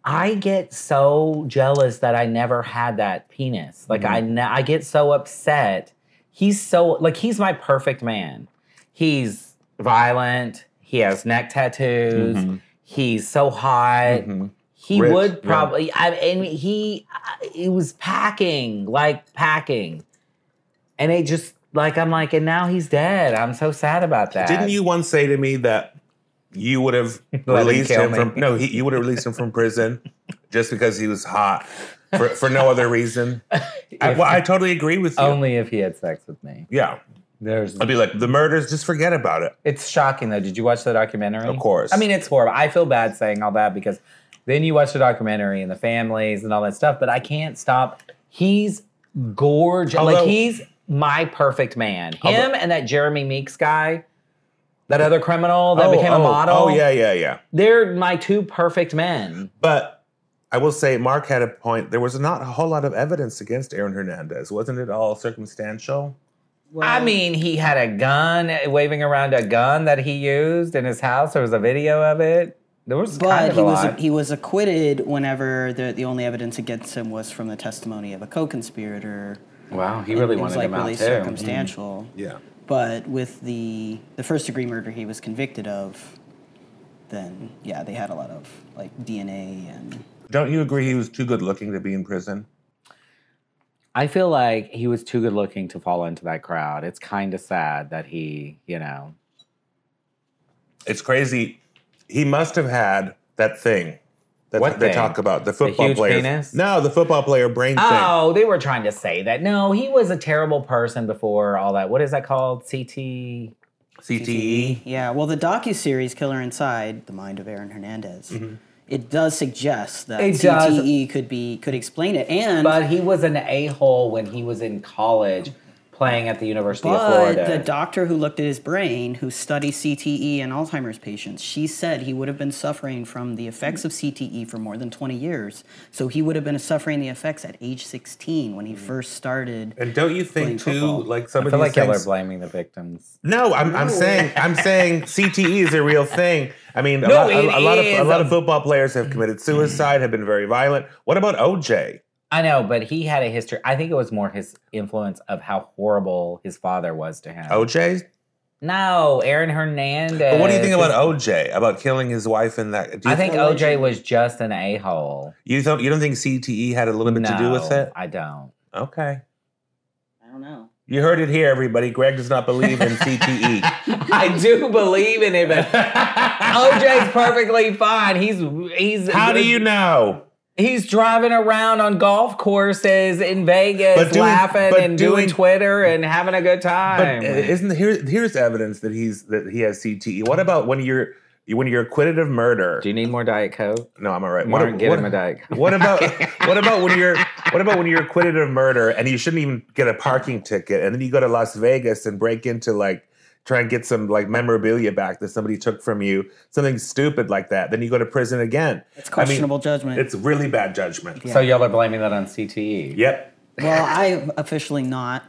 S2: I get so jealous that I never had that penis. Like
S1: Mm-hmm.
S2: I, ne- I get so upset. He's so like he's my perfect man. He's violent. He has neck tattoos. He's so hot. He
S1: Mm-hmm. Rich,
S2: would
S1: yeah.
S2: probably. I and he, I- it was packing like packing, and it just like I'm like, and now he's dead. I'm so sad about that.
S1: Didn't you once say to me that you would
S2: <laughs>
S1: have
S2: him
S1: released
S2: kill
S1: him,
S2: me.
S1: from no, he, you would have released him from prison just because he was hot for, for no other reason? I, well, I totally agree with you.
S2: Only if he had sex with me.
S1: yeah,
S2: There's
S1: I'd be like the murders. Just forget about it.
S2: It's shocking though. Did you watch the documentary?
S1: Of course.
S2: I mean, it's horrible. I feel bad saying all that because then you watch the documentary and the families and all that stuff, but I can't stop. He's gorgeous. like
S1: Although-
S2: he's my perfect man. Him and that Jeremy Meeks guy, that other criminal that
S1: Oh,
S2: became a
S1: oh,
S2: model.
S1: Oh yeah, yeah, yeah.
S2: They're my two perfect men.
S1: But I will say, Mark had a point. There was not a whole lot of evidence against Aaron Hernandez. Wasn't it all circumstantial?
S6: Well,
S2: I mean, he had a gun waving around a gun that he used in his house. There was a video of it. There was
S6: but
S2: kind of
S6: he
S2: a
S6: was
S2: lot.
S6: he was acquitted whenever the the only evidence against him was from the testimony of a co-conspirator.
S2: wow, he Mm-hmm.
S6: it was like really circumstantial.
S1: Yeah.
S6: But with the the first degree murder he was convicted of, then yeah, they had a lot of like DNA and
S1: Don't you agree he was too good looking to be in prison?
S2: I feel like he was too good looking to fall into that crowd. It's kind of sad that he, you know,
S1: It's crazy. He must have had that thing that
S2: What
S1: they
S2: thing?
S1: talk about the football
S2: huge
S1: player.
S2: penis?
S1: No, the football player brain thing.
S2: Oh, they were trying to say that. No, he was a terrible person before all that. What is that called? CT.
S1: CTE.
S6: yeah. Well, the docu series Killer Inside: The Mind of Aaron Hernandez. It does suggest that
S2: Mm-hmm. It does.
S6: CTE could be could explain it, and
S2: But he was an a hole when he was in college playing at the University of
S6: But
S2: Florida.
S6: the doctor who looked at his brain, who studies CTE and E Alzheimer's patients, she said he would have been suffering from the effects of CTE for more than 20 years. So he would have been suffering the effects at age 16
S2: Hmm.
S6: when he first started.
S1: And don't you
S6: Playing
S1: think too,
S6: football.
S1: like
S2: I
S1: somebody
S2: feel like
S1: who
S2: y'all are
S1: thinks-
S2: blaming the victims.
S1: No, I'm, I'm saying I'm
S2: <laughs>
S1: saying CTE is a real thing. I mean, a,
S2: No,
S1: lot, a,
S2: it
S1: a lot of a
S2: is. Mm-hmm.
S1: lot of football players have committed suicide, have been very violent. What about OJ?
S2: I know, but he had a history. I think it was more his influence of how horrible his father was to him.
S1: OJ?
S2: no, Aaron Hernandez.
S1: Oh. But what do you think about OJ about killing his wife in that? Do you
S2: I think
S6: Religion.
S2: OJ was just an a hole.
S1: you don't you don't think CTE had a little bit to do with it?
S2: I <laughs> don't.
S1: Okay,
S6: I don't know.
S1: you heard it here, everybody. Greg does not believe in E.
S2: <laughs>
S1: CTE.
S2: I do believe in it, but OJ's perfectly fine. He's he's
S1: How do you know?
S2: He's driving around on golf courses in Vegas,
S1: But doing-
S2: laughing
S1: but
S2: and doing,
S1: doing-
S2: Twitter and having a good time.
S1: But uh, isn't here? Here's evidence that he's that he has CTE. What about when you're when you're acquitted of murder?
S2: do you need more Diet Coke?
S1: No, I'm all right.
S2: Warren, get
S1: what,
S2: him a Diet
S1: <laughs>
S2: Coke.
S1: What about what about when you're what about when you're acquitted of murder and you shouldn't even get a parking ticket and then you go to Las Vegas and break into like try and get some like memorabilia back that somebody took from you something stupid like that then you go to prison again
S6: It's questionable judgment.
S1: it's really bad judgment
S2: So y'all are blaming that on E. CTE.
S1: yep
S6: well, I'm officially not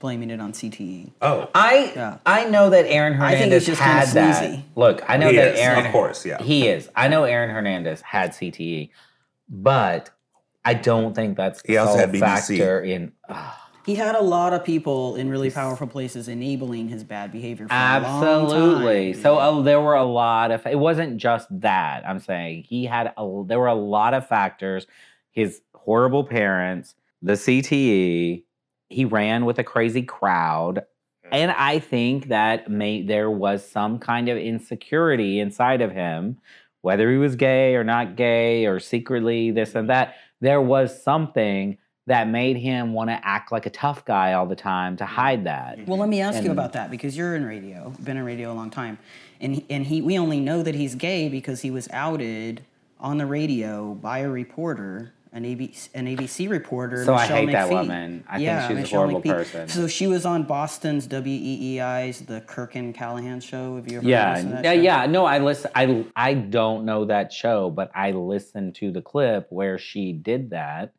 S6: blaming it on E. CTE.
S1: oh
S2: I
S6: Yeah.
S2: I know that Aaron
S6: I think
S2: Hernandez
S6: he's just
S2: had
S6: kinda
S2: that.
S6: sleazy.
S2: Look, I know
S1: He
S2: that
S1: is,
S2: Aaron
S1: of course, yeah.
S2: He is. I know Aaron Hernandez had CTE, but I don't think that's the
S1: He also
S2: sole
S1: had BBC.
S2: factor in ugh,
S6: He had a lot of people in really powerful places enabling his bad behavior for a long time.
S2: Absolutely. So uh, there were a lot of. It wasn't just that. I'm saying he had. A, there were a lot of factors. His horrible parents, the CTE. He ran with a crazy crowd, and I think that may there was some kind of insecurity inside of him, whether he was gay or not gay or secretly this and that. There was something that made him want to act like a tough guy all the time to hide that.
S6: Well, let me ask
S2: And-
S6: you about that because you're in radio, been in radio a long time, and he, and he we only know that he's gay because he was outed on the radio by a reporter, an ABC, an ABC reporter.
S2: So I
S6: Michelle
S2: hate that
S6: McPhee.
S2: woman. I think
S6: yeah,
S2: she's a
S6: Michelle
S2: horrible
S6: McPhee.
S2: person.
S6: So she was on Boston's WEEI's The Kirk and Callahan Show. Have you ever listened to
S2: yeah
S6: that
S2: yeah
S6: show?
S2: yeah no i listen i i don't know that show but i listened to the clip where she did that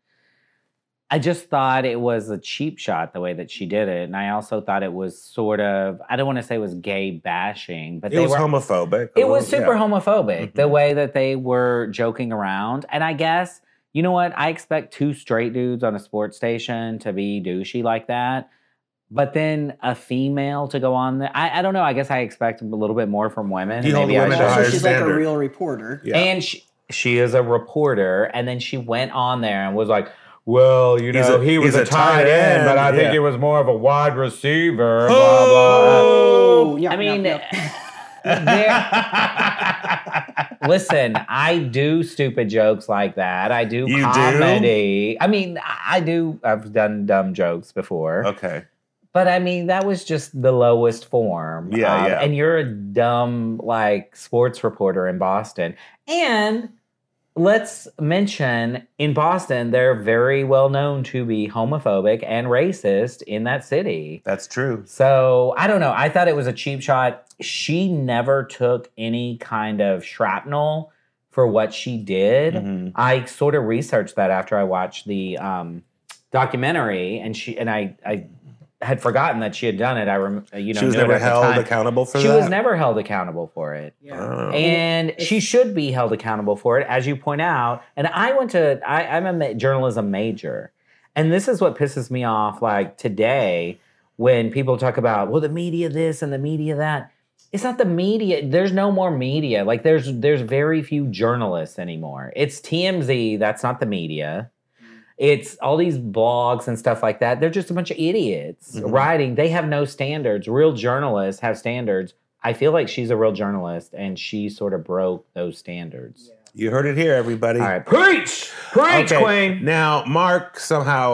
S2: i just thought it was a cheap shot the way that she did it and i also thought it was sort of i don't want to say it was gay bashing but
S1: it
S2: they
S1: was
S2: were
S1: homophobic
S2: it was Mm-hmm. super
S1: homophobic.
S2: homophobic the way that they were joking around and i guess you know what i expect two straight dudes on a sports station to be douchey like that but then a female to go on there I, I don't know i guess i expect a little bit more from women
S1: You
S2: and
S1: hold
S2: maybe
S1: women
S2: I
S1: to
S2: should.
S1: higher
S6: Also, she's like a
S1: standard.
S6: real reporter.
S1: Yeah.
S2: and she, she is a reporter and then she went on there and was like well, you
S1: He's
S2: know,
S1: a-
S2: he was
S1: he's
S2: a,
S1: a
S2: tight
S1: tight
S2: end, but I
S1: end,
S2: think
S1: yeah.
S2: he was more of a wide receiver. blah, blah.
S6: Oh, yeah.
S2: I mean, <laughs>
S6: yeah, yeah.
S1: <laughs>
S2: there- listen, I do stupid jokes like that. I do
S1: You do?
S2: comedy. I mean, I I do. I've done dumb jokes before,
S1: okay
S2: but I mean that was just the lowest form.
S1: Yeah,
S2: of-
S1: yeah.
S2: And you're a dumb like sports reporter in Boston, and. Let's mention in Boston, they're very well known to be homophobic and racist in that city.
S1: that's true
S2: So I don't know. I thought it was a cheap shot. She never took any kind of shrapnel for what she did.
S1: Mhm.
S2: I sort of researched that after I watched the um, documentary, and she and I, I had forgotten that she had done it. I rem- you know
S1: she was
S2: knew it
S1: never
S2: at the
S1: held
S2: time.
S1: accountable for
S2: She
S1: that
S2: was never held accountable for it.
S1: Oh.
S2: And she should be held accountable for it, as you point out. And I went to, I, I'm a ma- journalism major. And this is what pisses me off like today when people talk about well the media this and the media that it's not the media there's no more media like there's there's very few journalists anymore it's tmz that's not the media it's all these blogs and stuff like that they're just a bunch of idiots writing they have no standards real journalists have standards i feel like she's a real journalist and she sort of broke those standards
S1: You heard it here, everybody.
S2: all right preach preach
S1: Okay,
S2: queen
S1: Now, Mark somehow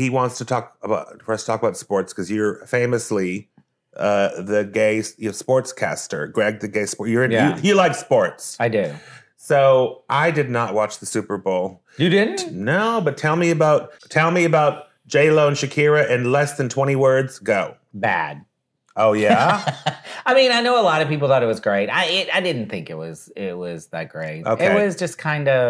S1: he wants to talk about for us to talk about sports because you're famously uh, the gay you know, sportscaster, Greg, the gay sport. You're in,
S2: Yeah.
S1: you, you like sports,
S2: i do
S1: so I did not watch the Super Bowl.
S2: you didn't
S1: No, but tell me about tell me about J Lo and Shakira in less than twenty words. Go.
S2: bad <laughs>
S1: Oh yeah.
S2: I mean, I know a lot of people thought it was great. I it, I didn't think it was it was that great.
S1: Okay.
S2: It was just kind of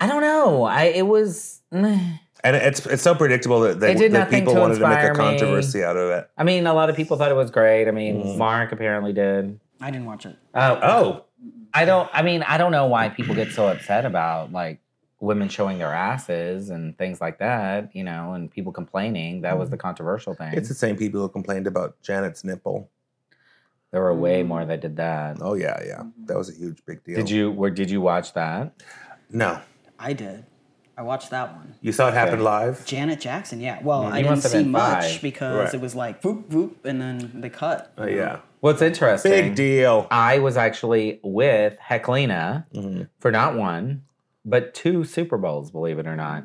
S2: I don't know. I it was meh.
S1: And it's it's so predictable that,
S2: It
S1: they,
S2: did
S1: that
S2: nothing
S1: people
S2: to
S1: wanted to make
S2: inspire
S1: a
S2: me.
S1: controversy out of it.
S2: I mean, a lot of people thought it was great. I mean, Mark apparently did.
S6: I didn't watch it.
S2: Uh,
S1: Oh,
S2: I don't I mean, I don't know why people get so upset about like women showing their asses and things like that, you know, and people complaining. That was the controversial thing.
S1: Mm-hmm. it's the same people who complained about Janet's nipple.
S2: there were way more that did that.
S1: Mm-hmm. Oh yeah, yeah. That was a huge big deal.
S2: Mm-hmm. Did you where did you watch that?
S1: No.
S6: I did. I watched that one.
S1: You saw it happen live?
S6: Janet Jackson, yeah. Well, I
S2: You
S6: didn't
S2: must have
S6: see
S2: been
S6: much
S2: five.
S6: because
S1: Right.
S6: it was like whoop whoop, and then they cut.
S1: Oh, yeah.
S2: What's interesting?
S1: Big deal.
S2: I was actually with Heclina
S1: Mm-hmm.
S2: for not one, but two Super Bowls, believe it or not.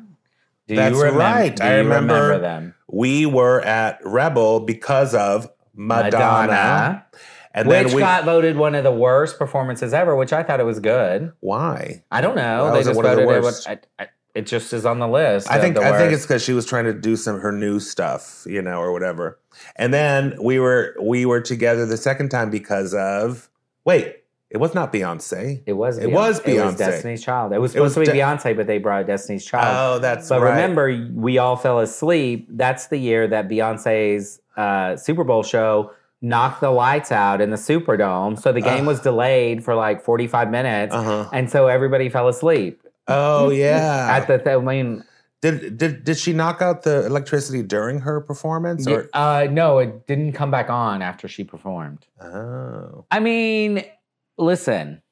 S2: Do
S1: That's
S2: you remember,
S1: right.
S2: Do
S1: I
S2: you
S1: remember
S2: them.
S1: We were at Rebel because of Madonna.
S2: Madonna,
S1: And
S2: which
S1: then we.
S2: got voted one of the worst performances ever, which I thought it was good.
S1: why?
S2: I don't know.
S1: Why
S2: they
S1: was it
S2: just
S1: one of the
S2: voted it.
S1: worst?
S2: What, I, I, it just is on the list.
S1: I
S2: of
S1: think
S2: the
S1: I think it's
S2: worst.
S1: because she was trying to do some her new stuff, you know, or whatever. And then we were we were together the second time because of wait, it was not Beyonce.
S2: It was.
S1: It was
S2: It was
S1: Beyonce.
S2: Destiny's Child. It was
S1: It was
S2: supposed to be
S1: De-
S2: Beyonce, but they brought Destiny's Child.
S1: Oh, that's
S2: but
S1: right.
S2: remember, we all fell asleep. That's the year that Beyonce's uh, Super Bowl show knocked the lights out in the Superdome, so the game was delayed for like forty-five minutes,
S1: Uh-huh.
S2: and so everybody fell asleep
S1: Oh
S2: <laughs>
S1: yeah.
S2: at the. Th- I mean,
S1: did did did she knock out the electricity during her performance? Or
S2: uh, no, it didn't come back on after she performed.
S1: oh,
S2: I mean, listen,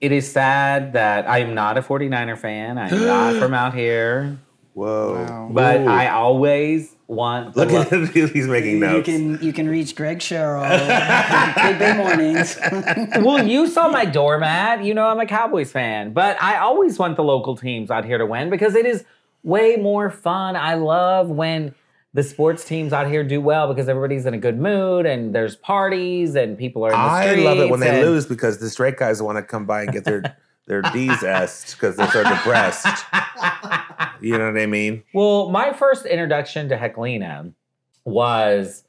S2: it is sad that I am not a 49er fan. I am
S1: <gasps>
S2: not from out here,
S1: whoa!
S6: Wow.
S2: but I always want. the
S1: Look
S2: lo-
S1: at him. <laughs> He's making
S6: You
S1: notes.
S6: can you can reach Greg Sherrill, Big Bay Mornings.
S1: <laughs>
S2: well, you saw my doormat. You know I'm a Cowboys fan, but I always want the local teams out here to win because it is way more fun. I love when the sports teams out here do well because everybody's in a good mood and there's parties and people are in the
S1: I love it when
S2: streets
S1: they
S2: and-
S1: lose because the straight guys want to come by and get their their D's asked because they're so
S2: <laughs>
S1: depressed. You know what I mean?
S2: Well, my first introduction to Heclina was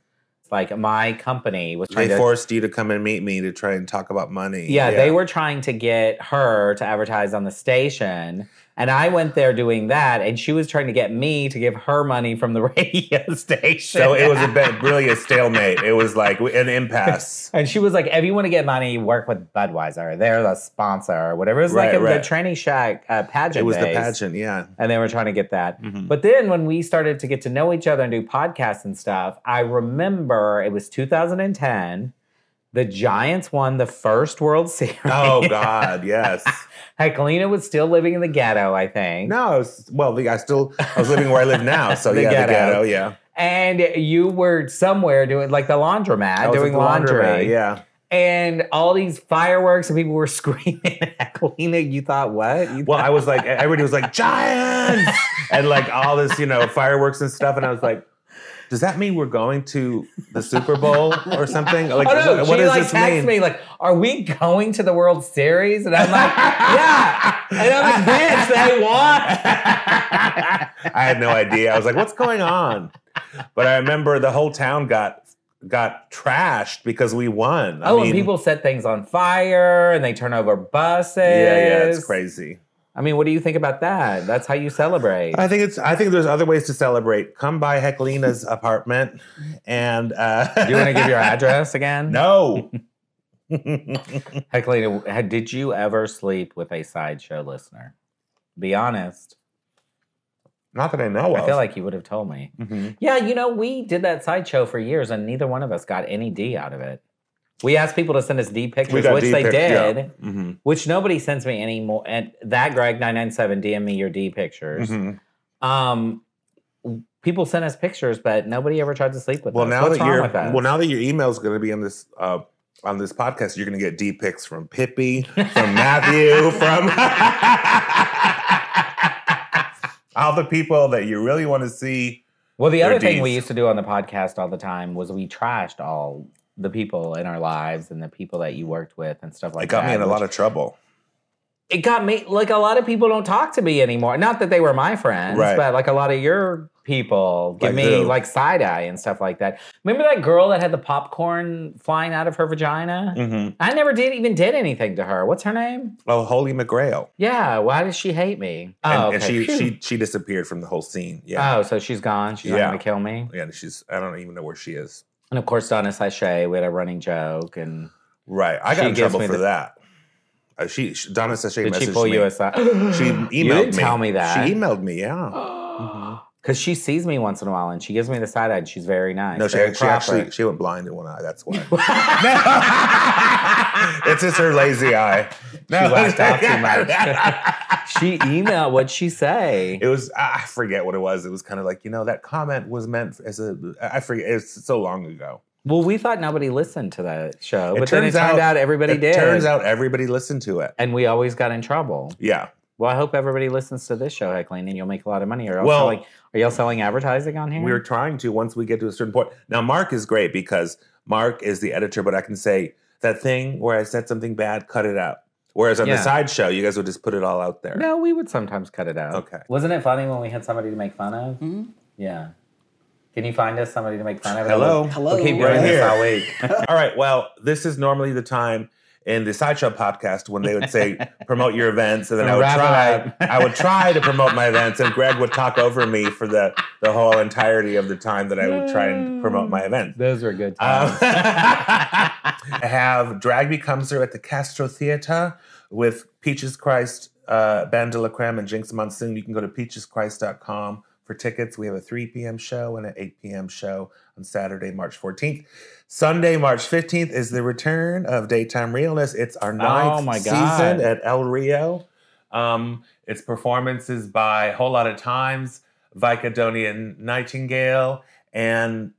S2: like my company was trying
S1: They
S2: to
S1: forced you to come and meet me to try and talk about money.
S2: Yeah, they were trying to get her to advertise on the station. And I went there doing that, and she was trying to get me to give her money from the <laughs> radio station.
S1: So it was a
S2: <laughs>
S1: bit, really a stalemate. It was like an impasse.
S2: and she was like, if you want to get money, work with Budweiser. They're the sponsor or whatever. It was
S1: Right,
S2: like a,
S1: right.
S2: the Tranny Shack uh,
S1: It
S2: pageant.
S1: was the
S2: days.
S1: pageant. Yeah.
S2: and they were trying to get that.
S1: Mm-hmm.
S2: But then when we started to get to know each other and do podcasts and stuff, I remember it was 2010. The Giants won the first World <laughs> Series.
S1: Oh God. Yes.
S2: Heclina was still living in the ghetto, I think.
S1: No, I was, well, the, I still I was living where I live now, so
S2: The
S1: yeah, the
S2: ghetto.
S1: ghetto, yeah,
S2: And you were somewhere doing like the laundromat,
S1: I was
S2: doing
S1: at the
S2: laundry.
S1: laundromat, yeah.
S2: And all these fireworks and people were <laughs> screaming at Heclina. You thought what? You
S1: Well, I was like, everybody was like giants, and like all this, you know, fireworks and stuff, and I was like. Does that mean we're going to the Super Bowl or something? Like,
S2: Oh no!
S1: what,
S2: she
S1: what does
S2: like
S1: this
S2: texts
S1: mean?
S2: me like, "Are we going to the World Series?" And I'm like, "Yeah." And I'm like, "Bitch, they
S1: <laughs> <laughs>
S2: won."
S1: I had no idea. I was like, "What's going on?" But I remember the whole town got got trashed because we won. I
S2: oh,
S1: mean,
S2: and people set things on fire and they turn over buses.
S1: yeah, yeah, it's crazy.
S2: I mean, what do you think about that? That's how you celebrate.
S1: I think it's. I think there's other ways to celebrate. Come by Heclina's apartment, and uh,
S2: do you want to
S1: <laughs>
S2: give your address again?
S1: No.
S2: Heclina, had- did you ever sleep with a sideshow listener? Be honest.
S1: Not that I know of.
S2: I feel like you would have told me. Yeah, you know, we did that sideshow for years and neither one of us got any D out of it. We asked people to send us D pictures,
S1: got
S2: which
S1: D
S2: they
S1: pic- yeah. Mm-hmm.
S2: did, which nobody sends me anymore. And that Greg997 DM me your D pictures.
S1: Mhm.
S2: Um, people sent us pictures, but nobody ever tried to sleep with
S1: Well,
S2: us.
S1: now
S2: What's
S1: that
S2: wrong
S1: your
S2: with us?
S1: well, now <laughs> that your email is going to be on this uh, on this podcast, you're going to get D pics from Pippi, from
S2: <laughs>
S1: Matthew, from <laughs> all the people that you really want to see.
S2: <laughs> Well, the
S1: They're
S2: other thing we
S1: Ds.
S2: used to do on the podcast all the time was we trashed all the people in our lives and the people that you worked with and stuff like
S1: It got
S2: that.
S1: me in a
S2: which-
S1: lot of trouble.
S2: It got me like a lot of people don't talk to me anymore. Not that they were my friends,
S1: Right.
S2: but like a lot of your people give
S1: Like
S2: me
S1: who?
S2: like side eye and stuff like that. Remember that girl that had the popcorn flying out of her vagina?
S1: Mm-hmm.
S2: I never did even did anything to her. What's her name?
S1: Oh, Holy McGrail,
S2: Yeah. Why does she hate me?
S1: and,
S2: Oh,
S1: and
S2: okay.
S1: she
S2: Phew.
S1: she she disappeared from the whole scene. Yeah,
S2: Oh, so she's gone. She's
S1: Yeah.
S2: not gonna kill me.
S1: yeah. She's I don't even know where she is.
S2: And of course, Donna Sachet, we had a running joke and.
S1: Right, I
S2: She
S1: got in
S2: gives
S1: trouble
S2: me
S1: for
S2: the-
S1: that. Uh, she, she Donna Sachet
S2: Did
S1: messaged
S2: she pull
S1: me.
S2: you
S1: <gasps>
S2: aside?
S1: She emailed
S2: <gasps> you didn't
S1: me.
S2: tell me that.
S1: She emailed me. Yeah.
S2: Oh, because she sees me once in a while and she gives me the side eye and she's very nice.
S1: No, she,
S2: very
S1: she actually
S2: proper.
S1: she went blind in one eye. That's
S2: <laughs>
S1: why. <laughs> it's just her lazy
S2: <laughs>
S1: eye. No,
S2: She laughed off too <laughs> much. she emailed what'd she say?
S1: It was I I forget what it was. It was kind of like you know that comment was meant as a I forget. It's so long ago.
S2: Well, we thought nobody listened to that show,
S1: It
S2: but then it
S1: turns
S2: turned out,
S1: out-
S2: everybody
S1: it
S2: did.
S1: turns out everybody listened to it.
S2: and we always got in trouble.
S1: Yeah,
S2: Well, I hope everybody listens to this show, Heckling, and you'll make a lot of money. Or else
S1: Well-
S2: selling, are y'all selling advertising on here?
S1: we were trying to once we get to a certain point. Now Mark is great because Mark is the editor, but I can say that thing where I said something bad, cut it out. Whereas on
S2: Yeah.
S1: the sideshow, you guys would just put it all out there.
S2: no, we would sometimes cut it out.
S1: Okay.
S2: Wasn't it funny when we had somebody to make fun of?
S1: Mm-hmm.
S6: Mhm.
S2: Yeah. Can you find us somebody to make fun of?
S1: Hello.
S6: Hello.
S2: We'll keep doing
S1: Right
S2: this
S1: here.
S2: all week.
S1: <laughs> All right. Well, this is normally the time in the sideshow podcast when they would say promote your events,
S2: <laughs>
S1: and then I would
S2: Wrap it
S1: try.
S2: up.
S1: I would try to promote my events, and Greg would talk over me for the the whole entirety of the time that I would try and
S2: Mm.
S1: promote my events.
S2: Those were good times.
S1: Um, I have Drag Becomes Her at the Castro Theater with Peaches Christ, uh, Ben de la Creme, and Jinx Monsoon. You can go to peacheschrist.com for tickets. We have a 3 p.m. show and an 8 p.m. show on Saturday, March 14th. Sunday, March 15th is the return of Daytime Realness. It's our ninth
S2: Oh my God.
S1: season at El Rio. Um, it's performances by Whole Lot of Times, Vicodonian Nightingale, and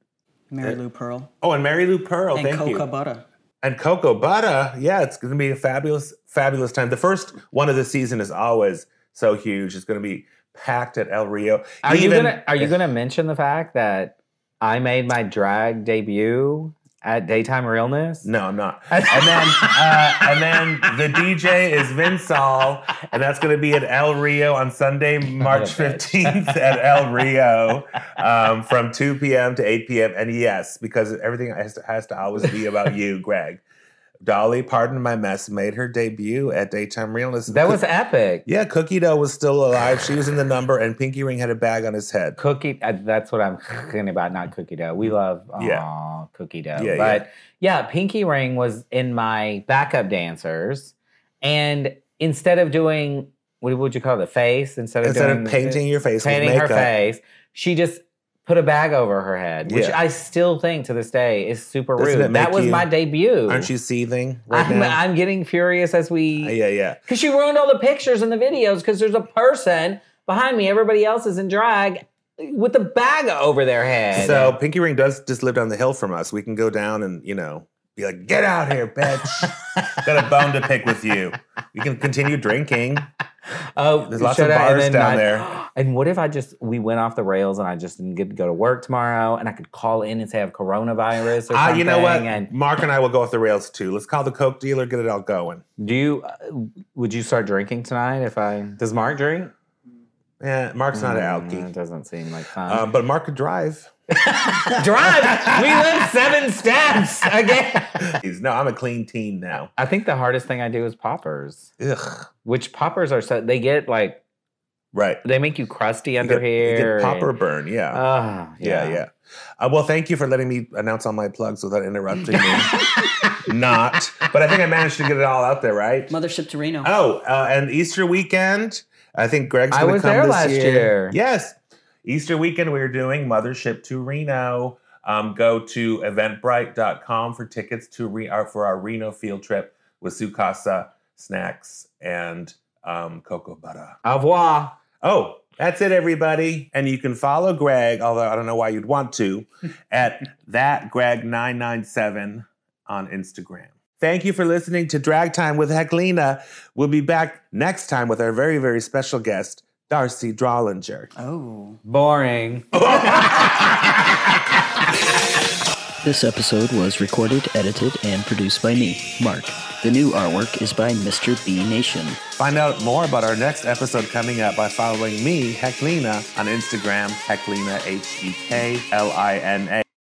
S6: Mary Lou Pearl
S1: Oh, and Mary Lou Pearl,
S6: and
S1: thank
S6: Coca
S1: you.
S6: Butter.
S1: And Cocoa Butter. Yeah, it's going to be a fabulous, fabulous time. The first one of the season is always so huge. It's going to be packed at El Rio.
S2: <laughs> Are you
S1: Even-
S2: gonna Are you gonna mention the fact that I made my drag debut at Daytime
S1: <laughs>
S2: Realness?
S1: No, I'm
S2: <laughs>
S1: not. And then, uh, and then the DJ is Vinsol, and that's going to be at El Rio on
S2: <laughs>
S1: Sunday, March
S2: What a bitch.
S1: 15th at El Rio um, from 2 p.m. to 8 p.m. And yes, because everything has to, has to always be about
S2: <laughs>
S1: you, Greg. Dolly, pardon my mess, made her debut at Daytime Realness.
S2: That was epic.
S1: Yeah, Cookie Dough was still alive. She was in the number, and Pinky Ring had a bag on his head.
S2: Cookie. uh, That's what I'm <laughs> thinking about. Not cookie dough. We love aw,
S1: Yeah.
S2: cookie dough.
S1: Yeah,
S2: but yeah. Pinky Ring was in my backup dancers, and instead of doing what would you call it, the face instead of
S1: Instead
S2: doing
S1: of painting your face
S2: painting
S1: with
S2: her
S1: makeup,
S2: face, she just put a bag over her head, which
S1: Yeah.
S2: I still think to this day is super
S1: Doesn't it
S2: rude. That
S1: make
S2: was
S1: you-
S2: my debut.
S1: aren't you seething right
S2: I'm,
S1: now? Uh,
S2: I'm getting furious as we
S1: yeah, yeah.
S2: because she ruined all the pictures and the videos because there's a person behind me. Everybody else is in drag with the bag over their head.
S1: So Pinky Ring does just live down the hill from us. We can go down and you know be like, "Get out here,
S2: <laughs>
S1: bitch! Got a bone to pick with you." We can continue drinking.
S2: oh,
S1: There's lots
S2: should
S1: of
S2: I- and
S1: bars
S2: then
S1: down
S2: I-
S1: there.
S2: And what if I just we went off the rails and I just didn't get to go to work tomorrow and I could call in and say I have coronavirus or
S1: Ah,
S2: something?
S1: you know what?
S2: And
S1: Mark and I will go off the rails too. Let's call the Coke dealer, get it all going.
S2: do you uh, would you start drinking tonight if I does Mark drink?
S1: Yeah, Eh, Mark's not an
S2: Mm, It
S1: alky,
S2: doesn't seem like fun.
S1: um, but Mark could drive.
S2: <laughs>
S1: <laughs>
S2: Drive. we live seven
S1: <laughs>
S2: steps again.
S1: He's- no, I'm a clean teen now.
S2: I think the hardest thing I do is poppers,
S1: Ugh.
S2: which poppers are so they get like
S1: Right.
S2: they make you crusty
S1: You
S2: under
S1: get- you
S2: here.
S1: get popper
S2: and-
S1: burn. Yeah.
S2: Ah,
S1: Yeah,
S2: yeah,
S1: yeah. Uh, well, thank you for letting me announce all my plugs without interrupting me.
S2: <laughs>
S1: Not, but I think I managed to get it all out there, right?
S6: Mothership Torino.
S1: Oh, uh, and Easter weekend. I think Greg's
S2: I
S1: going to
S2: was
S1: come
S2: there
S1: this
S2: last year.
S1: Yes, Easter weekend, we're doing Mothership to Reno. Um, go to eventbrite.com for tickets to re- our, for our Reno field trip with Sukasa, snacks, and um, cocoa butter.
S2: Au revoir.
S1: Oh, that's it, everybody. And you can follow Greg, although I don't know why you'd want to, at that Greg997 on Instagram. Thank you for listening to Drag Time with Heclina. We'll be back next time with our very, very special guest, Darcy Drollinger.
S6: Oh.
S2: Boring.
S7: This episode was recorded, edited, and produced by me, Mark. The new artwork is by Mr. B Nation.
S1: Find out more about our next episode coming up by following me, Heclina, on Instagram, Heclina, H E K L I N A.